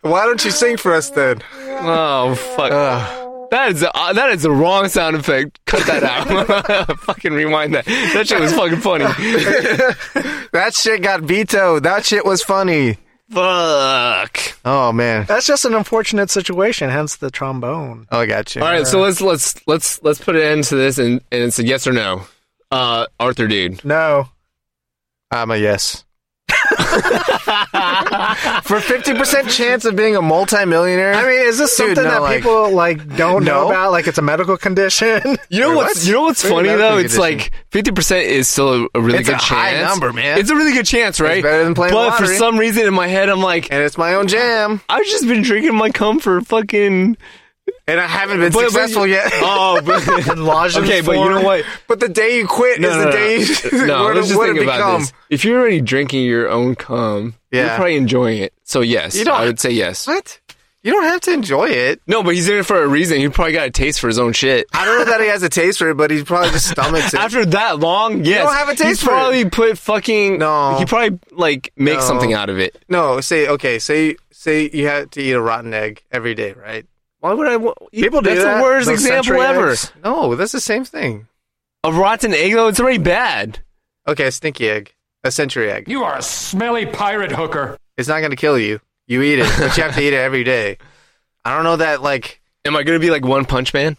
Speaker 1: Why don't you sing for us then?
Speaker 3: Oh fuck! That is a, uh, that is the wrong sound effect. Cut that out. fucking rewind that. That shit was fucking funny.
Speaker 1: That shit got vetoed. That shit was funny.
Speaker 3: Fuck.
Speaker 1: Oh, man.
Speaker 2: That's just an unfortunate situation, hence the trombone.
Speaker 1: Oh, I got you.
Speaker 3: All right, so let's let's let's let's put an end to this, and and it's a yes or no. Uh, Arthur, dude.
Speaker 2: No.
Speaker 1: I'm a yes. for 50% chance of being a multimillionaire.
Speaker 2: I mean, is this
Speaker 1: Dude,
Speaker 2: something
Speaker 1: no,
Speaker 2: that
Speaker 1: like-
Speaker 2: people like don't know
Speaker 1: No.
Speaker 2: about? Like it's a medical condition?
Speaker 3: You know
Speaker 1: Wait,
Speaker 3: what's
Speaker 1: what?
Speaker 3: you know what's
Speaker 1: Wait,
Speaker 3: funny
Speaker 1: medical
Speaker 3: though? It's
Speaker 1: condition.
Speaker 3: like fifty percent is still a really
Speaker 1: It's
Speaker 3: good
Speaker 1: a high
Speaker 3: chance.
Speaker 1: number, man.
Speaker 3: It's a really good chance, right?
Speaker 1: better than playing
Speaker 3: But for
Speaker 1: lottery.
Speaker 3: some reason in my head, I'm like,
Speaker 1: and it's my own jam.
Speaker 3: I've just been drinking my cum for fucking
Speaker 1: And I haven't been
Speaker 3: But- but-
Speaker 1: successful yet.
Speaker 3: Oh, but,
Speaker 2: Lozenges
Speaker 3: okay, but you know
Speaker 2: form?
Speaker 3: what?
Speaker 1: But the day you quit is the day you
Speaker 3: No,
Speaker 1: what,
Speaker 3: let's
Speaker 1: it-
Speaker 3: just
Speaker 1: what
Speaker 3: think
Speaker 1: it
Speaker 3: about
Speaker 1: become.
Speaker 3: this. If you're already drinking your own cum, you're
Speaker 1: Yeah.
Speaker 3: probably enjoying it. So yes,
Speaker 1: You don't-
Speaker 3: I would say yes.
Speaker 1: What? You don't have to enjoy it.
Speaker 3: No, but he's in it for a reason. He probably got a taste for his own shit.
Speaker 1: I don't know that he has a taste for it, but he probably just stomachs it.
Speaker 3: After that long, yes,
Speaker 1: don't have a taste
Speaker 3: he
Speaker 1: for it.
Speaker 3: probably put fucking
Speaker 1: No.
Speaker 3: He probably like make
Speaker 1: No.
Speaker 3: something out of it.
Speaker 1: no, say okay, say say you had to eat a rotten egg every day, right?
Speaker 3: Why would I? wa-
Speaker 1: People do
Speaker 3: That's the
Speaker 1: that,
Speaker 3: worst
Speaker 1: those
Speaker 3: example
Speaker 1: century
Speaker 3: ever.
Speaker 1: eggs. No, that's the same thing.
Speaker 3: A rotten egg though, it's already bad.
Speaker 1: Okay, a stinky egg, a century egg.
Speaker 15: You are a smelly pirate hooker.
Speaker 1: it's not going to kill you. You eat it, but you have to eat it every day. I don't know that like
Speaker 3: Am I gonna be like One Punch Man?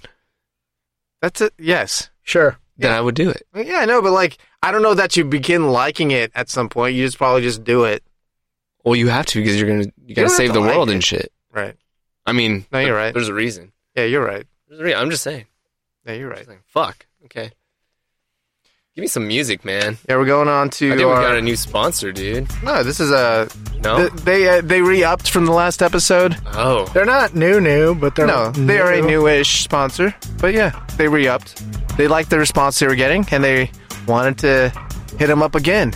Speaker 1: that's a yes.
Speaker 2: Sure.
Speaker 3: Then I would do it.
Speaker 1: Yeah, I know, but like I don't know that you begin liking it at some point. You just probably just do it.
Speaker 3: Well, you have to because you're gonna you gotta
Speaker 1: don't have
Speaker 3: save
Speaker 1: to
Speaker 3: the
Speaker 1: like
Speaker 3: world
Speaker 1: it.
Speaker 3: and shit.
Speaker 1: Right.
Speaker 3: I mean,
Speaker 1: No, you're right.
Speaker 3: There's a reason.
Speaker 1: Yeah, you're right.
Speaker 3: There's a reason. I'm just saying.
Speaker 1: Yeah, you're right.
Speaker 3: Just like, fuck. Okay. Give me some music, man.
Speaker 1: Yeah, we're going on to
Speaker 3: I think we
Speaker 1: our-
Speaker 3: got a new sponsor, dude.
Speaker 1: no. This is a
Speaker 3: No.
Speaker 1: th- they uh, they re-upped from the last episode.
Speaker 3: oh.
Speaker 2: They're not new new, but they're
Speaker 1: No, they are a newish sponsor, but yeah, they re-upped. They liked the response they were getting, and they wanted to hit them up again.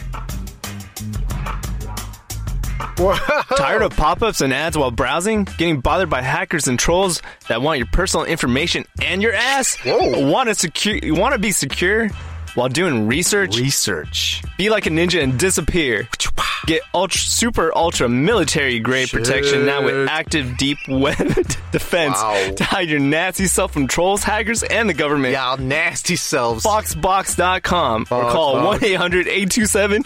Speaker 3: Tired of pop ups and ads while browsing? Getting bothered by hackers and trolls that want your personal information and your ass?
Speaker 1: Whoa.
Speaker 3: Want to secure? You want to be secure while doing research?
Speaker 1: Research.
Speaker 3: be like a ninja and disappear. Get ultra, super ultra military grade protection now with active deep web defense
Speaker 1: Wow.
Speaker 3: to hide your nasty self from trolls, hackers, and the government.
Speaker 1: Y'all nasty selves.
Speaker 3: Foxbox.com or call 1
Speaker 1: Foxbox.
Speaker 3: 800 827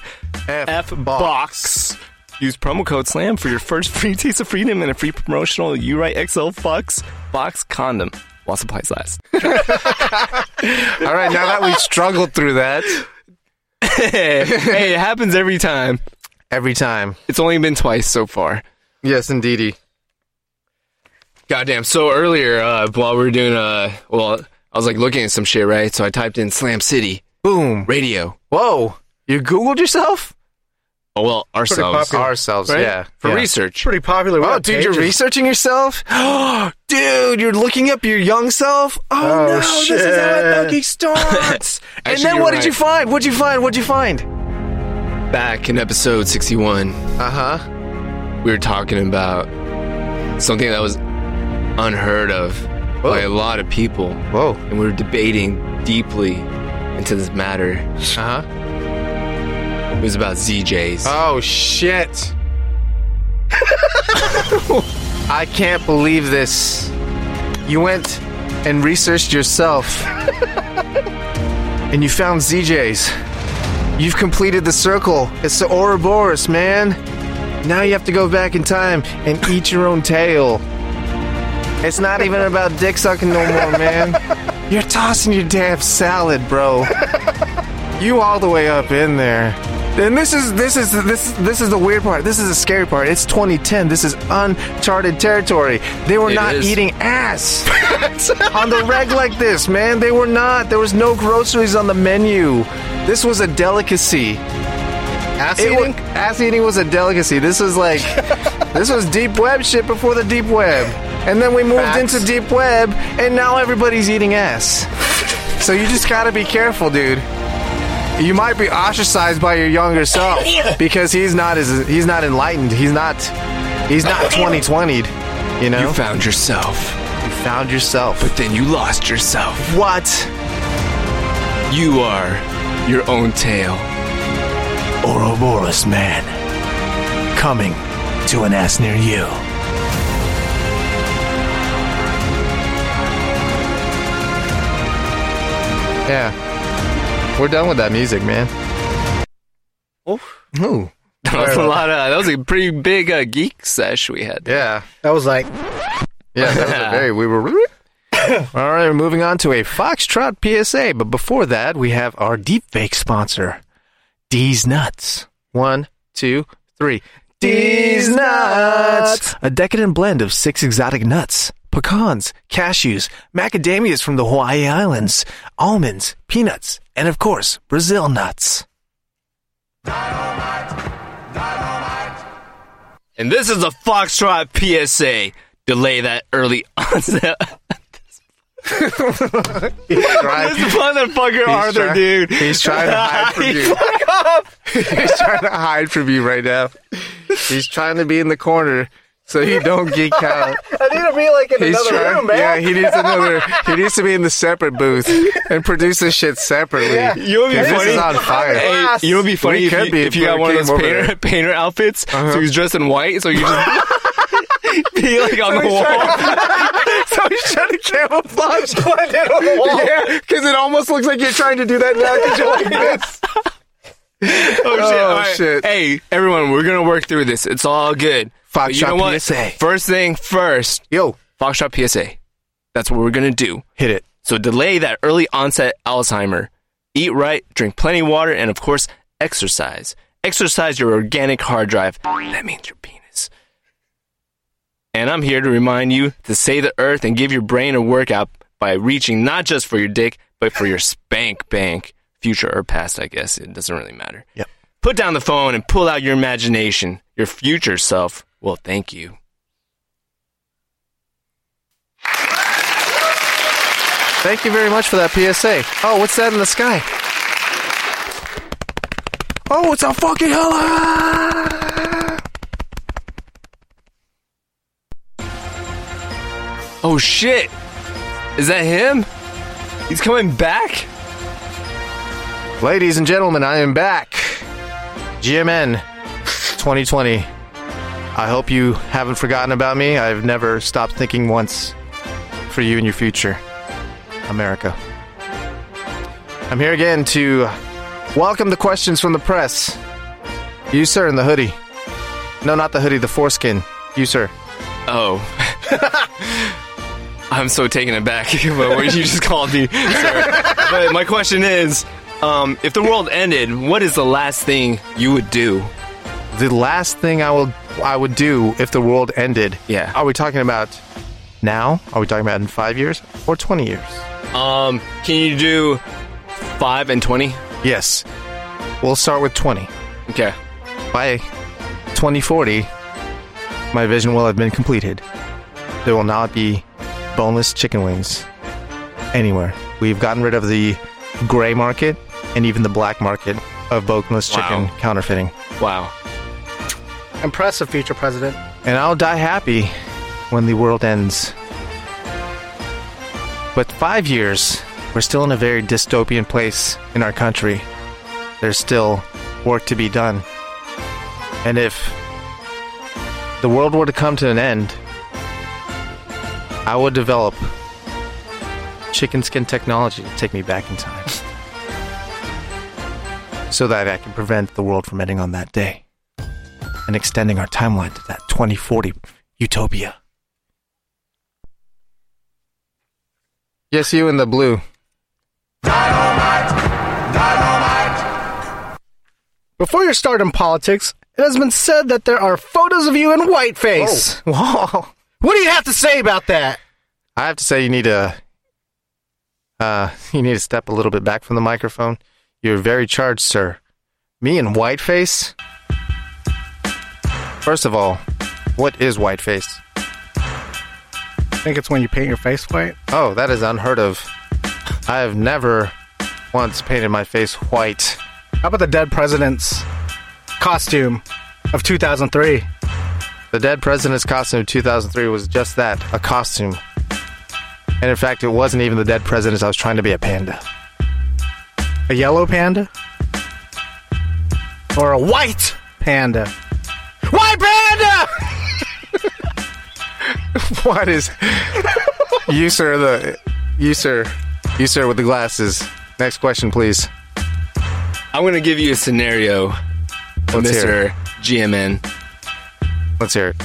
Speaker 1: F
Speaker 3: FBOX. Use promo code SLAM for your first free taste of freedom and a free promotional U Right XL Fox Box condom while supplies last.
Speaker 1: All right, now that we've struggled through that,
Speaker 3: hey, it happens every time.
Speaker 1: Every time.
Speaker 3: It's only been twice so far.
Speaker 1: Yes, indeedy.
Speaker 3: Goddamn. So earlier, uh, while we were doing, uh, well, I was like looking at some shit, right? So I typed in Slam City.
Speaker 1: Boom.
Speaker 3: Radio.
Speaker 1: Whoa. You Googled yourself?
Speaker 3: Oh, well, ourselves.
Speaker 1: popular. Ourselves, yeah.
Speaker 3: For
Speaker 1: Yeah.
Speaker 3: research.
Speaker 2: Pretty popular.
Speaker 1: Oh,
Speaker 2: web
Speaker 1: dude,
Speaker 2: pages.
Speaker 1: you're researching yourself? dude, you're looking up your young self? Oh,
Speaker 2: Oh,
Speaker 1: no, this is how it
Speaker 2: shit.
Speaker 1: fucking starts. and
Speaker 3: Actually,
Speaker 1: then
Speaker 3: you're
Speaker 1: what did
Speaker 3: right.
Speaker 1: you find? What'd you find? What'd you find?
Speaker 3: Back in episode 61,
Speaker 1: Uh huh.
Speaker 3: we were talking about something that was unheard of by a lot of people.
Speaker 1: Whoa.
Speaker 3: And we were debating deeply into this matter.
Speaker 1: Uh huh.
Speaker 3: It was about ZJs.
Speaker 1: Oh, shit. I can't believe this. You went and researched yourself, and you found ZJs. You've completed the circle. It's the Ouroboros, man. Now you have to go back in time and eat your own tail. It's not even about dick sucking no more, man. You're tossing your damn salad, bro. You all the way up in there. And this is this is this this is the weird part. This is the scary part. It's 2010. This is uncharted territory. They were
Speaker 3: It
Speaker 1: not
Speaker 3: is.
Speaker 1: eating ass on the reg like this, man. They were not. There was no groceries on the menu. This was a delicacy.
Speaker 2: Ass
Speaker 1: It wa-
Speaker 2: eating?
Speaker 1: ass eating was a delicacy. This was like, this was deep web shit before the deep web. And then we moved
Speaker 2: Facts.
Speaker 1: into deep web, and now everybody's eating ass. So you just gotta be careful, dude. You might be ostracized by your younger self because he's not as he's not enlightened. He's not he's not 2020'd. You know,
Speaker 3: You found yourself,
Speaker 1: You found yourself.
Speaker 3: but then you lost yourself.
Speaker 1: What?
Speaker 3: You are your own tail.
Speaker 7: Ouroboros man. Coming to an ass near you.
Speaker 1: Yeah. We're done with that music, man. Oh. Ooh.
Speaker 3: That was a lot of. That was a pretty big uh, geek sesh we had.
Speaker 1: Yeah.
Speaker 2: That was like
Speaker 1: Yeah, that was a very we were All right, we're moving on to a Foxtrot PSA, but before that, we have our deepfake sponsor, D's Nuts. One, two, three. D's Nuts! A decadent blend of six exotic nuts pecans, cashews, macadamias from the Hawaii Islands, almonds, peanuts, and of course, Brazil nuts.
Speaker 3: And this is a Foxtrot PSA. Delay that early onset. this motherfucker Arthur,
Speaker 1: try-
Speaker 3: dude.
Speaker 1: He's trying to hide from you.
Speaker 3: Fuck off.
Speaker 1: He's trying to hide from you right now. He's trying to be in the corner so he don't geek out.
Speaker 2: I need to be like in
Speaker 1: He's
Speaker 2: another
Speaker 1: trying,
Speaker 2: room, man.
Speaker 1: yeah. He needs another. He needs to be in the separate booth and produce this shit
Speaker 3: You
Speaker 1: separately.
Speaker 3: know what'd be
Speaker 1: Because
Speaker 3: funny?
Speaker 1: This is on fire.
Speaker 3: Hey, you know what'd be funny
Speaker 1: We
Speaker 3: if
Speaker 1: could
Speaker 3: you,
Speaker 1: be
Speaker 3: if you
Speaker 1: if
Speaker 3: got
Speaker 1: we
Speaker 3: one of
Speaker 1: came
Speaker 3: those
Speaker 1: over
Speaker 3: painter
Speaker 1: there.
Speaker 3: painter outfits.
Speaker 1: Uh-huh.
Speaker 3: So he was dressed in white, so you just be like on the wall.
Speaker 1: so he's trying to camouflage.
Speaker 2: Yeah.
Speaker 1: Yeah, because it almost looks like you're trying to do that now because you're like this.
Speaker 3: Oh, shit.
Speaker 1: Oh,
Speaker 3: All right.
Speaker 1: shit.
Speaker 3: Hey, everyone, we're going to work through this. It's all good.
Speaker 1: Fox
Speaker 3: But you
Speaker 1: Shop
Speaker 3: know what?
Speaker 1: PSA.
Speaker 3: First thing first,
Speaker 1: Yo,
Speaker 3: Foxtrot PSA. That's what we're going to do.
Speaker 1: hit it.
Speaker 3: So delay that early onset Alzheimer. Eat right, drink plenty of water, and of course, exercise. Exercise your organic hard drive. That means your penis. And I'm here to remind you to save the earth and give your brain a workout by reaching not just for your dick, but for your spank bank. Future or past, I guess. It doesn't really matter.
Speaker 1: Yep.
Speaker 3: Put down the phone and pull out your imagination. Your future self will thank you.
Speaker 1: Thank you very much for that PSA. Oh, what's that in the sky? Oh, it's a fucking hella!
Speaker 3: Oh shit! Is that him? He's coming back?
Speaker 1: Ladies and gentlemen, I am back. GMN 2020. I hope you haven't forgotten about me. I've never stopped thinking once for you and your future, America. I'm here again to welcome the questions from the press. You, sir, in the hoodie. No, not the hoodie, the foreskin. You, sir.
Speaker 3: Oh. I'm so taken aback by what you just called me, sir. But my question is Um, if the world ended, what is the last thing you would do?
Speaker 1: The last thing I will I would do if the world ended.
Speaker 3: Yeah.
Speaker 1: Are we talking about now? Are we talking about in five years or twenty years?
Speaker 3: Um, can you do five and twenty?
Speaker 1: Yes. We'll start with twenty.
Speaker 3: Okay.
Speaker 1: By twenty forty, my vision will have been completed. There will not be boneless chicken wings anywhere. We've gotten rid of the gray market and even the black market of boneless chicken
Speaker 3: Wow.
Speaker 1: counterfeiting.
Speaker 3: Wow.
Speaker 2: Impressive future president.
Speaker 1: And I'll die happy when the world ends. But five years, we're still in a very dystopian place in our country. There's still work to be done. And if the world were to come to an end, I would develop chicken skin technology to take me back in time. so that I can prevent the world from ending on that day and extending our timeline to that 2040 utopia. Yes, you in the blue.
Speaker 2: Before your start in politics, it has been said that there are photos of you in whiteface.
Speaker 1: Whoa.
Speaker 2: What do you have to say about that?
Speaker 1: I have to say, you need to, uh, you need to step a little bit back from the microphone. You're very charged, sir. Me and whiteface. First of all, what is whiteface?
Speaker 2: I think it's when you paint your face white.
Speaker 1: Oh, that is unheard of. I have never once painted my face white.
Speaker 2: How about the dead president's costume of 2003?
Speaker 1: The dead president's costume of 2003 was just that a costume. And in fact, it wasn't even the dead president. I was trying to be a panda.
Speaker 2: A yellow panda? Or a white panda? White panda!
Speaker 1: what is. you, sir, the. You, sir. You, sir, with the glasses. Next question, please.
Speaker 3: I'm gonna give you a scenario,
Speaker 1: Let's
Speaker 3: Mr.
Speaker 1: hear
Speaker 3: GMN.
Speaker 1: Let's hear it.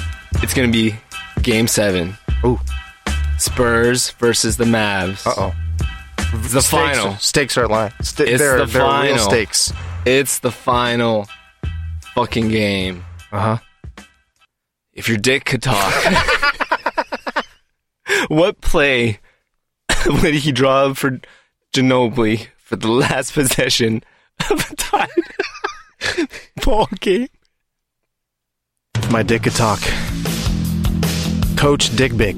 Speaker 3: It's gonna be Game Seven.
Speaker 1: Ooh.
Speaker 3: Spurs versus the Mavs.
Speaker 1: Uh oh.
Speaker 3: The final.
Speaker 1: Stakes are lying. St-
Speaker 3: It's
Speaker 1: there,
Speaker 3: the
Speaker 1: there are real
Speaker 3: final.
Speaker 1: stakes.
Speaker 3: It's the final fucking game.
Speaker 1: Uh huh.
Speaker 3: If your dick could talk, what play would he draw up for Ginobili for the last possession of a tied ball game?
Speaker 1: My dick could talk. Coach Dick Bick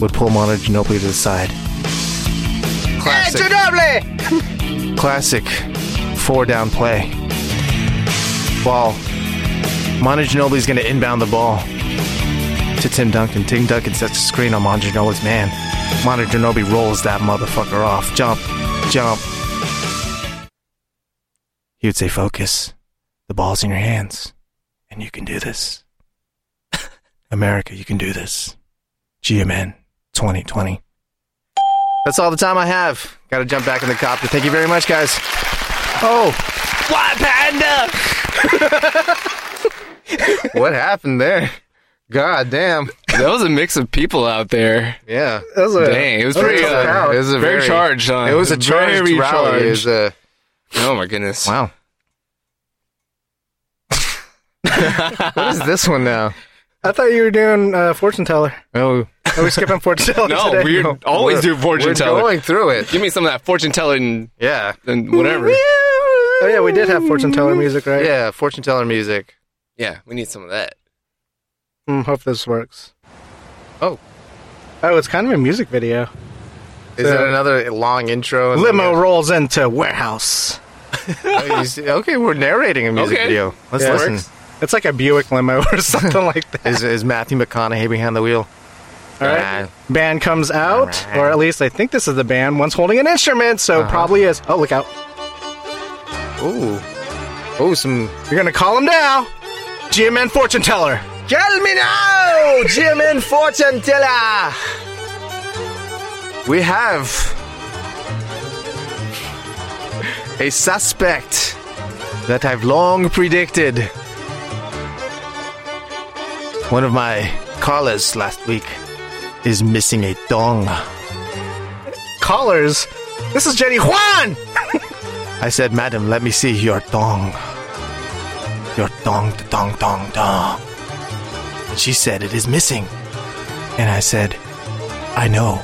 Speaker 1: would pull Mono Ginobili to the side. Classic. classic four down play. Ball. Monta Ginobili's going to inbound the ball to Tim Duncan. Tim Duncan sets a screen on Monta Ginobili's man. Monta Ginobili rolls that motherfucker off. Jump, jump. He would say, "Focus. The ball's in your hands, and you can do this. America, you can do this. GMN 2020." That's all the time I have. Got to jump back in the copter. Thank you very much, guys. Oh,
Speaker 3: What panda?
Speaker 1: what happened there? God damn.
Speaker 3: That was a mix of people out there.
Speaker 1: Yeah.
Speaker 2: That was a-
Speaker 3: Dang, it was
Speaker 2: that
Speaker 3: pretty.
Speaker 2: was a
Speaker 3: Uh,
Speaker 2: crowd.
Speaker 1: It was a
Speaker 3: very charged, huh?
Speaker 1: It was a charged
Speaker 3: Very
Speaker 1: rally. It
Speaker 3: charged.
Speaker 1: was a,
Speaker 3: oh my goodness!
Speaker 1: wow. what is this one now?
Speaker 2: I thought you were doing uh, fortune teller.
Speaker 1: Oh,
Speaker 2: Are we skipping fortune teller
Speaker 3: No,
Speaker 2: today?
Speaker 3: we Oh, always do fortune
Speaker 1: we're
Speaker 3: teller.
Speaker 1: going through it.
Speaker 3: Give me some of that fortune telling
Speaker 1: Yeah.
Speaker 3: and whatever.
Speaker 2: Oh yeah, we did have fortune teller music, right?
Speaker 1: Yeah, fortune teller music.
Speaker 3: Yeah, we need some of that.
Speaker 2: Mm, hope this works.
Speaker 1: Oh.
Speaker 2: Oh, it's kind of a music video.
Speaker 1: Is
Speaker 2: Yeah.
Speaker 1: it another long intro? and-
Speaker 2: Limo rolls into warehouse.
Speaker 1: Oh, you see- okay, we're narrating a music
Speaker 3: Okay.
Speaker 1: video. Let's
Speaker 2: Yeah.
Speaker 1: listen.
Speaker 2: Works. It's like a Buick limo or something like that.
Speaker 1: Is, is Matthew McConaughey behind the wheel?
Speaker 2: All right. Band comes out,
Speaker 1: Alright. Uh-huh.
Speaker 2: or at least I think this is the band. One's holding an instrument, so probably is. Oh, look out.
Speaker 1: Ooh. Oh, some
Speaker 2: You're going to call him now. GMN fortune teller.
Speaker 1: Tell me now, Jim and Fortune Teller. We have a suspect that I've long predicted. One of my callers last week is missing a dong.
Speaker 2: Callers. This is Jenny Juan.
Speaker 1: I said, Madam, let me see your thong. Your thong, thong, thong, thong. And she said, It is missing. And I said, I know.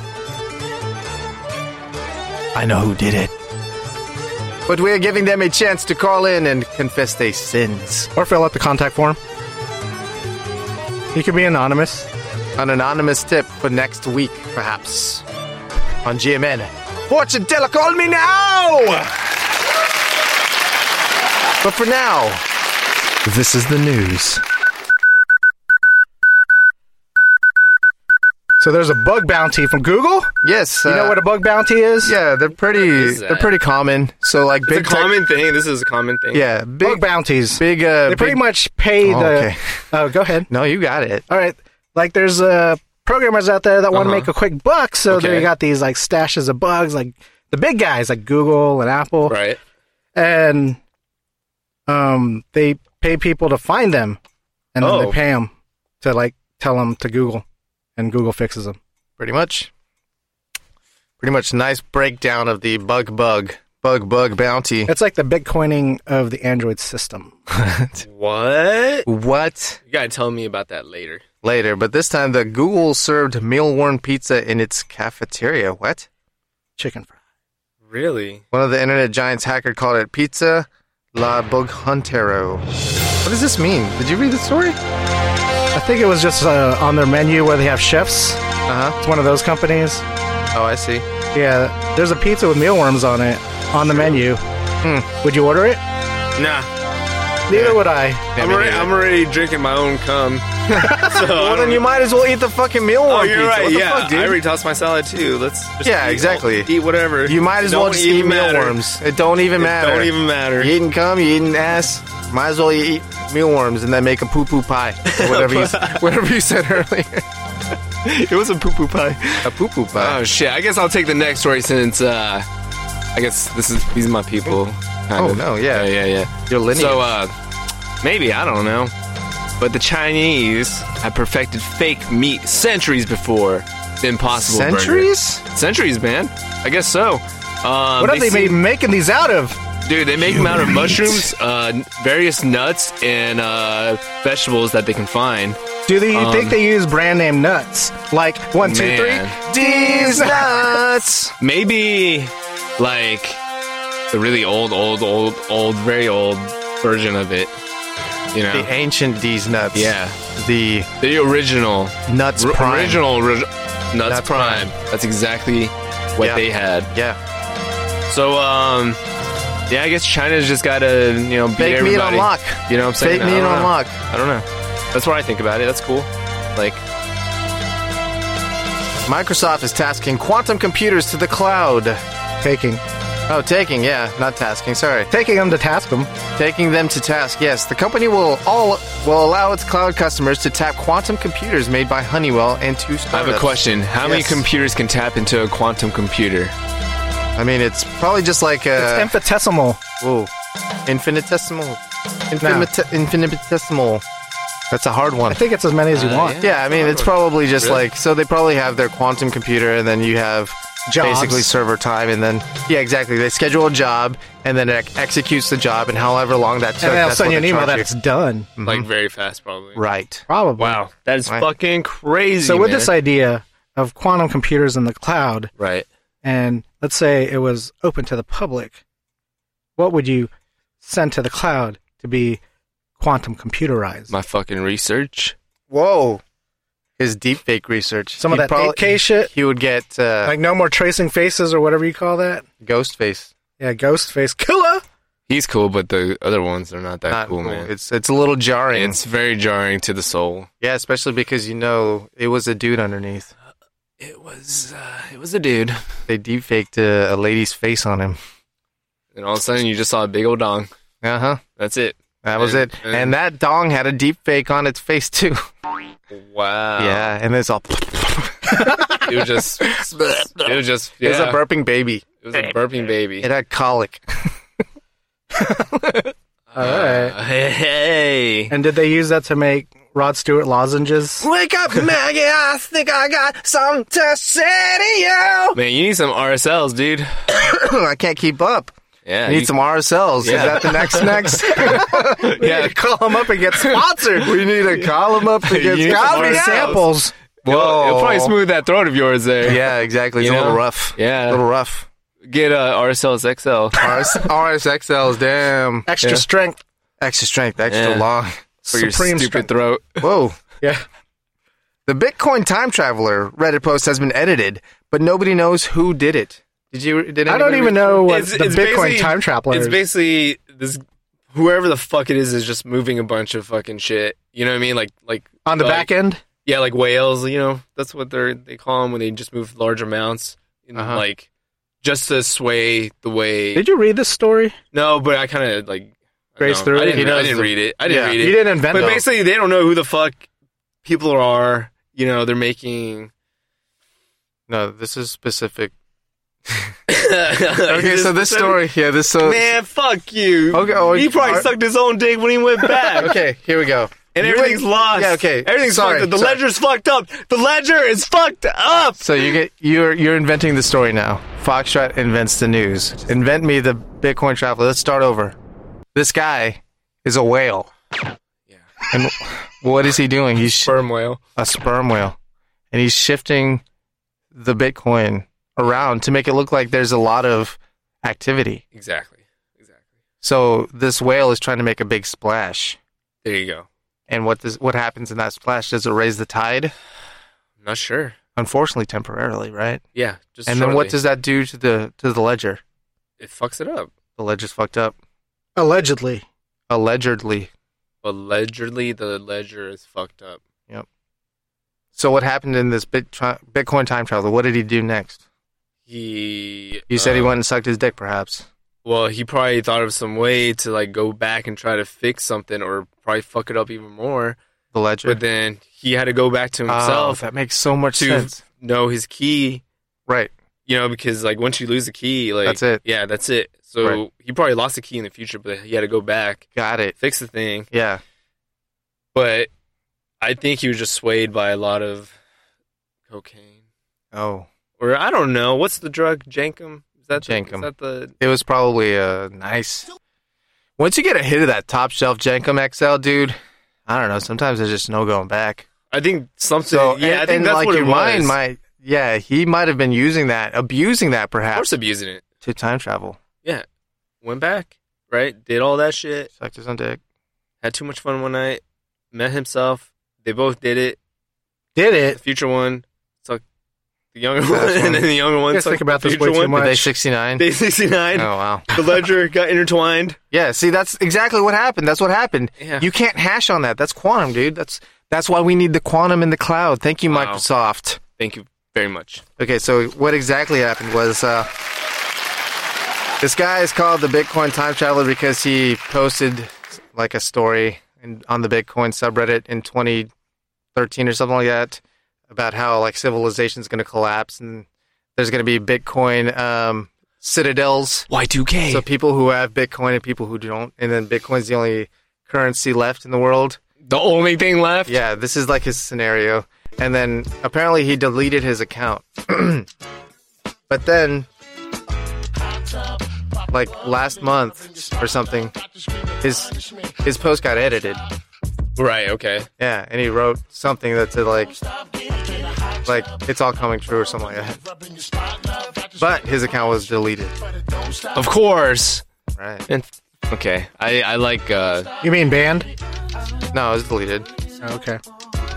Speaker 1: I know who did it. But we are giving them a chance to call in and confess their sins.
Speaker 2: Or fill out the contact form. You can be anonymous.
Speaker 1: An anonymous tip for next week, perhaps. On GMN. Fortune teller, call me now! But for now, this is the news.
Speaker 2: So there's a bug bounty from Google.
Speaker 1: Yes. uh,
Speaker 2: You know what a bug bounty is?
Speaker 1: Yeah, they're pretty.
Speaker 3: is that?
Speaker 1: They're pretty common. So like
Speaker 3: It's a
Speaker 1: big tech-
Speaker 3: common thing. This is a common thing.
Speaker 1: Yeah, big
Speaker 2: Bug bounties.
Speaker 1: big. Uh,
Speaker 2: they pretty
Speaker 1: big-
Speaker 2: much pay
Speaker 1: Oh,
Speaker 2: the.
Speaker 1: okay.
Speaker 2: Oh, go ahead.
Speaker 1: No, you got it.
Speaker 2: All right. Like there's uh, programmers out there that want to make a quick buck, so
Speaker 3: Uh-huh. Okay.
Speaker 2: they got these like stashes of bugs, like the big guys like Google and Apple,
Speaker 3: Right.
Speaker 2: and um, they pay people to find them, and then
Speaker 3: Oh.
Speaker 2: they pay them to like tell them to Google, and Google fixes them.
Speaker 1: Pretty much. Pretty much. Nice breakdown of the bug, bug, bug, bug bounty.
Speaker 2: It's like the Bitcoining of the Android system.
Speaker 3: What?
Speaker 1: what
Speaker 3: You gotta tell me about that later.
Speaker 1: later? But this time, the Google served mealworm pizza in its cafeteria. What?
Speaker 2: Chicken fry.
Speaker 3: Really?
Speaker 1: One of the internet giants hacker called it pizza la bug huntero. What does this mean? Did you read the story?
Speaker 2: I think it was just uh, on their menu where they have chefs.
Speaker 3: Uh-huh.
Speaker 1: Uh huh.
Speaker 2: It's one of those companies.
Speaker 1: Oh, I see.
Speaker 2: Yeah, there's a pizza with mealworms on it on the menu.
Speaker 1: Hmm.
Speaker 2: Would you order it?
Speaker 3: Nah.
Speaker 2: Neither would I.
Speaker 3: I'm already, I'm already drinking my own cum. so
Speaker 1: Well, then you might as well eat the fucking mealworm
Speaker 3: Oh, you're
Speaker 1: pizza.
Speaker 3: right.
Speaker 1: What the
Speaker 3: yeah,
Speaker 1: fuck, dude?
Speaker 3: I already tossed my salad too. Let's just eat
Speaker 1: Yeah,
Speaker 3: all-
Speaker 1: exactly.
Speaker 3: eat whatever.
Speaker 1: You might as
Speaker 3: Don't
Speaker 1: well just
Speaker 3: even
Speaker 1: eat
Speaker 3: matter.
Speaker 1: mealworms. It don't even
Speaker 3: It
Speaker 1: matter.
Speaker 3: Don't even matter.
Speaker 1: You eating cum, you eating ass. Might as well you eat mealworms and then make a poo poo pie. Or whatever you whatever you said earlier.
Speaker 3: It was a poo poo pie.
Speaker 1: A poo poo pie.
Speaker 3: Oh shit! I guess I'll take the next story since uh, I guess this is these are my people. kind
Speaker 1: Oh,
Speaker 3: of.
Speaker 1: no, yeah.
Speaker 3: yeah, yeah.
Speaker 1: Your lineage.
Speaker 3: So uh, maybe I don't know, but the Chinese had perfected fake meat centuries before the Impossible Burger.
Speaker 1: Centuries?
Speaker 3: Centuries, man. I guess so. Um,
Speaker 2: What are they,
Speaker 3: seem-
Speaker 2: ma- making these out of?
Speaker 3: Dude, they make them out of mushrooms, uh, n- various nuts, and uh, vegetables that they can find.
Speaker 2: Do they, you
Speaker 1: Um,
Speaker 2: think they use brand name nuts? Like one, two, three.
Speaker 3: Man.
Speaker 2: These nuts.
Speaker 3: Maybe like the really old, old, old, old, very old version of it. You
Speaker 1: The
Speaker 3: know,
Speaker 1: ancient D's nuts.
Speaker 3: Yeah.
Speaker 1: The
Speaker 3: the original,
Speaker 1: nuts
Speaker 3: r-
Speaker 1: prime.
Speaker 3: original ri- nuts,
Speaker 1: Nuts
Speaker 3: prime. That's exactly what
Speaker 1: Yeah.
Speaker 3: they had.
Speaker 1: Yeah.
Speaker 3: So, um, yeah, I guess China's just gotta you know beat
Speaker 1: Fake meat on
Speaker 3: everybody.
Speaker 1: lock.
Speaker 3: You know what I'm saying?
Speaker 1: Fake meat
Speaker 3: I don't
Speaker 1: on
Speaker 3: know.
Speaker 1: lock. Mm-hmm.
Speaker 3: I don't know. That's what I think about it. That's cool. Like,
Speaker 1: Microsoft is tasking quantum computers to the cloud.
Speaker 2: Taking,
Speaker 1: Oh, taking, yeah, not tasking, sorry.
Speaker 2: taking them to task them.
Speaker 1: Taking them to task, yes. The company will all will allow its cloud customers to tap quantum computers made by Honeywell and two startups.
Speaker 3: I have a question. How many
Speaker 1: Yes.
Speaker 3: computers can tap into a quantum computer?
Speaker 1: I mean, it's probably just like
Speaker 2: It's
Speaker 1: uh,
Speaker 2: infinitesimal.
Speaker 1: whoa, infinitesimal, Infinite- infinitesimal. That's a hard
Speaker 2: I
Speaker 1: one.
Speaker 2: think it's as many as you
Speaker 3: Uh,
Speaker 2: want.
Speaker 1: yeah, I mean, it's probably just
Speaker 3: Really?
Speaker 1: like so. They probably have their quantum computer, and then you have
Speaker 2: Jobs.
Speaker 1: basically server time, and then yeah, exactly. They schedule a job, and then it executes the job, and however long that took.
Speaker 2: And then I'll
Speaker 1: that's
Speaker 2: send
Speaker 1: what
Speaker 2: you an
Speaker 1: they
Speaker 2: email
Speaker 1: charge
Speaker 2: that
Speaker 1: you.
Speaker 2: it's done.
Speaker 3: Like very fast, probably.
Speaker 1: right.
Speaker 2: Probably.
Speaker 3: Wow, that is
Speaker 1: Right.
Speaker 3: fucking crazy.
Speaker 2: So with
Speaker 3: man.
Speaker 2: this idea of quantum computers in the cloud,
Speaker 3: right?
Speaker 2: and let's say it was open to the public, what would you send to the cloud to be quantum computerized?
Speaker 3: My fucking research.
Speaker 1: Whoa, his deep fake research.
Speaker 2: Some of
Speaker 1: He'd
Speaker 2: that 8K shit?
Speaker 1: He would get uh,
Speaker 2: like no more tracing faces or whatever you call that.
Speaker 1: ghost face.
Speaker 2: Yeah, ghost face killer.
Speaker 3: He's cool, but the other ones are not that
Speaker 1: Not
Speaker 3: cool,
Speaker 1: cool.
Speaker 3: man. It's,
Speaker 1: Uh, It's it's a little jarring.
Speaker 3: very jarring to the soul.
Speaker 1: yeah, especially because you know it was a dude underneath.
Speaker 3: It was, uh, it was a dude,
Speaker 1: They deep faked a, a lady's face on him.
Speaker 3: and all of a sudden you just saw a big old dong.
Speaker 1: Uh huh.
Speaker 3: That's it.
Speaker 1: That was
Speaker 3: And-
Speaker 1: it.
Speaker 3: and-
Speaker 1: and that dong had a deep fake on its face too.
Speaker 3: Wow.
Speaker 1: Yeah, and it's all
Speaker 3: Uh, It was just. it was just. Yeah.
Speaker 1: it's a burping baby.
Speaker 3: It was a burping baby.
Speaker 1: It had colic.
Speaker 2: All right.
Speaker 3: Uh, hey, hey.
Speaker 2: And did they use that to make Rod Stewart lozenges?
Speaker 1: Wake up, Maggie! I think I got something to say to you.
Speaker 3: Man, you need some RSLs, dude.
Speaker 1: I can't keep up. Yeah, need
Speaker 3: you-
Speaker 1: some RSLs.
Speaker 3: Yeah.
Speaker 1: Is that the next next? we
Speaker 3: Yeah.
Speaker 1: need to call them up and get sponsored. We need to call them up and
Speaker 3: You
Speaker 1: get
Speaker 3: need some
Speaker 1: comedy
Speaker 3: RSLs.
Speaker 1: samples.
Speaker 3: It'll, it'll probably
Speaker 1: Whoa.
Speaker 3: smooth that throat of yours there.
Speaker 1: Yeah, exactly. It's
Speaker 3: You
Speaker 1: a little
Speaker 3: know?
Speaker 1: rough.
Speaker 3: Yeah.
Speaker 1: a little rough.
Speaker 3: Get uh, RSL's XL.
Speaker 1: RS, RSXLs, damn.
Speaker 2: Extra
Speaker 3: Yeah.
Speaker 2: strength.
Speaker 1: Extra strength, extra
Speaker 3: Yeah.
Speaker 1: long.
Speaker 3: For your
Speaker 2: Supreme
Speaker 3: stupid
Speaker 2: strength.
Speaker 3: throat.
Speaker 1: Whoa.
Speaker 2: Yeah.
Speaker 1: The Bitcoin Time Traveler Reddit post has been edited, but nobody knows who did it. Did you? Did
Speaker 2: I don't
Speaker 1: anybody
Speaker 2: even
Speaker 1: read-
Speaker 2: know what the
Speaker 3: basically-
Speaker 2: Bitcoin time traveler
Speaker 3: It's
Speaker 2: is.
Speaker 3: basically this whoever the fuck it is is just moving a bunch of fucking shit. You know what I mean? Like like
Speaker 2: On the back end?
Speaker 3: Yeah, like whales. You know that's what they're they call them when they just move large amounts. And
Speaker 1: Uh-huh.
Speaker 3: Like just to sway the way.
Speaker 2: Did you read this story?
Speaker 3: No, but I kind of like
Speaker 2: Grace
Speaker 3: no,
Speaker 2: through
Speaker 3: I
Speaker 2: it?
Speaker 3: didn't,
Speaker 2: He
Speaker 3: I
Speaker 2: knows
Speaker 3: didn't
Speaker 2: the-
Speaker 3: read it. I didn't
Speaker 1: Yeah.
Speaker 3: read it.
Speaker 2: You didn't invent
Speaker 3: But
Speaker 2: it.
Speaker 3: basically, they don't know who the fuck people are. You know, they're making.
Speaker 1: No, this is specific.
Speaker 3: okay,
Speaker 1: Okay, so this story, yeah, this so
Speaker 3: Man, fuck you.
Speaker 1: Okay, oh,
Speaker 3: he probably
Speaker 1: are-
Speaker 3: sucked his own dick when he went back.
Speaker 1: okay, here we go.
Speaker 3: And
Speaker 1: You
Speaker 3: everything's
Speaker 1: went-
Speaker 3: lost.
Speaker 1: Yeah, okay.
Speaker 3: Everything's
Speaker 1: Sorry,
Speaker 3: fucked up. The
Speaker 1: sorry.
Speaker 3: ledger's fucked up. The ledger is fucked up.
Speaker 1: So you get you're you're inventing the story now. Foxtrot invents the news. Invent me the Bitcoin traveler. Let's start over. This guy is a whale. Yeah. And what is he doing? He's sh-
Speaker 3: Sperm whale.
Speaker 1: a sperm whale, and he's shifting the Bitcoin around to make it look like there's a lot of activity.
Speaker 3: Exactly. Exactly.
Speaker 1: So this whale is trying to make a big splash.
Speaker 3: There you go.
Speaker 1: And what does what happens in that splash? Does it raise the tide?
Speaker 3: I'm not sure.
Speaker 1: Unfortunately, temporarily, right?
Speaker 3: Yeah. Just
Speaker 1: and then what
Speaker 3: shortly.
Speaker 1: does that do to the to the ledger?
Speaker 3: it fucks it up?
Speaker 1: The ledger's fucked up.
Speaker 2: Allegedly.
Speaker 1: Allegedly.
Speaker 3: Allegedly, the ledger is fucked up.
Speaker 1: So what happened in this bit tri- Bitcoin time traveler? What did he do next?
Speaker 3: He.
Speaker 1: You said he
Speaker 3: um,
Speaker 1: went and sucked his dick, perhaps.
Speaker 3: Well, he probably thought of some way to like go back and try to fix something, or probably fuck it up even more.
Speaker 1: The ledger.
Speaker 3: But then he had to go back to
Speaker 1: Oh,
Speaker 3: himself
Speaker 1: that makes so much
Speaker 3: to
Speaker 1: sense.
Speaker 3: know his key
Speaker 1: Right.
Speaker 3: you know, because like once you lose the key, like
Speaker 1: That's it.
Speaker 3: Yeah, that's it. So
Speaker 1: Right.
Speaker 3: he probably lost the key in the future, but he had to go back,
Speaker 1: Got it.
Speaker 3: fix the thing.
Speaker 1: Yeah.
Speaker 3: But I think he was just swayed by a lot of cocaine,
Speaker 1: Oh.
Speaker 3: or I don't know what's the drug, Jankum. Is that the-
Speaker 1: Jankum.
Speaker 3: Is that the
Speaker 1: It was probably uh, nice. Once you get a hit of that top shelf Jenkum XL, dude, I don't know. Sometimes there's just no going back.
Speaker 3: I think something.
Speaker 1: So
Speaker 3: yeah,
Speaker 1: and,
Speaker 3: I think
Speaker 1: and,
Speaker 3: that's
Speaker 1: like
Speaker 3: what it
Speaker 1: your
Speaker 3: was.
Speaker 1: mind might. Yeah, he might have been using that, abusing that
Speaker 3: of
Speaker 1: perhaps
Speaker 3: course, abusing it.
Speaker 1: to time travel.
Speaker 3: Yeah, went back, right? Did all that shit.
Speaker 1: Sucked his own dick.
Speaker 3: Had too much fun one night. Met himself. They both did it.
Speaker 2: Did
Speaker 3: The
Speaker 2: it?
Speaker 3: future one sucked the younger
Speaker 1: Fast
Speaker 3: one,
Speaker 1: one.
Speaker 3: and then the younger one.
Speaker 2: guys
Speaker 3: sucked
Speaker 2: think about
Speaker 3: the
Speaker 2: this
Speaker 3: future
Speaker 2: way too
Speaker 3: one.
Speaker 1: Were they
Speaker 2: much.
Speaker 1: 69?
Speaker 3: Day 69.
Speaker 1: oh wow.
Speaker 3: The ledger got intertwined.
Speaker 1: Yeah, see, that's exactly what happened. That's what happened.
Speaker 3: Yeah.
Speaker 1: You can't hash on that. That's quantum, dude. That's that's why we need the quantum in the cloud. Thank you,
Speaker 3: Wow.
Speaker 1: Microsoft.
Speaker 3: Thank you very much.
Speaker 1: Okay, so what exactly happened was uh, this guy is called the Bitcoin time traveler because he posted like a story in, on the Bitcoin subreddit in 2013 or something like that about how like civilization is going to collapse and there's going to be Bitcoin um, citadels.
Speaker 7: Y2K.
Speaker 1: So people who have Bitcoin and people who don't, and then Bitcoin's the only currency left in the world.
Speaker 3: The only thing left.
Speaker 1: Yeah, this is like his scenario. And then apparently he deleted his account. but then, like last month or something, his his post got edited.
Speaker 3: Right. Okay.
Speaker 1: Yeah, and he wrote something that said like like it's all coming true or something like that. But his account was deleted.
Speaker 3: Of course.
Speaker 1: Right.
Speaker 3: And okay. I I like. uh
Speaker 2: You mean banned? Oh,
Speaker 1: No, it was deleted.
Speaker 2: Okay.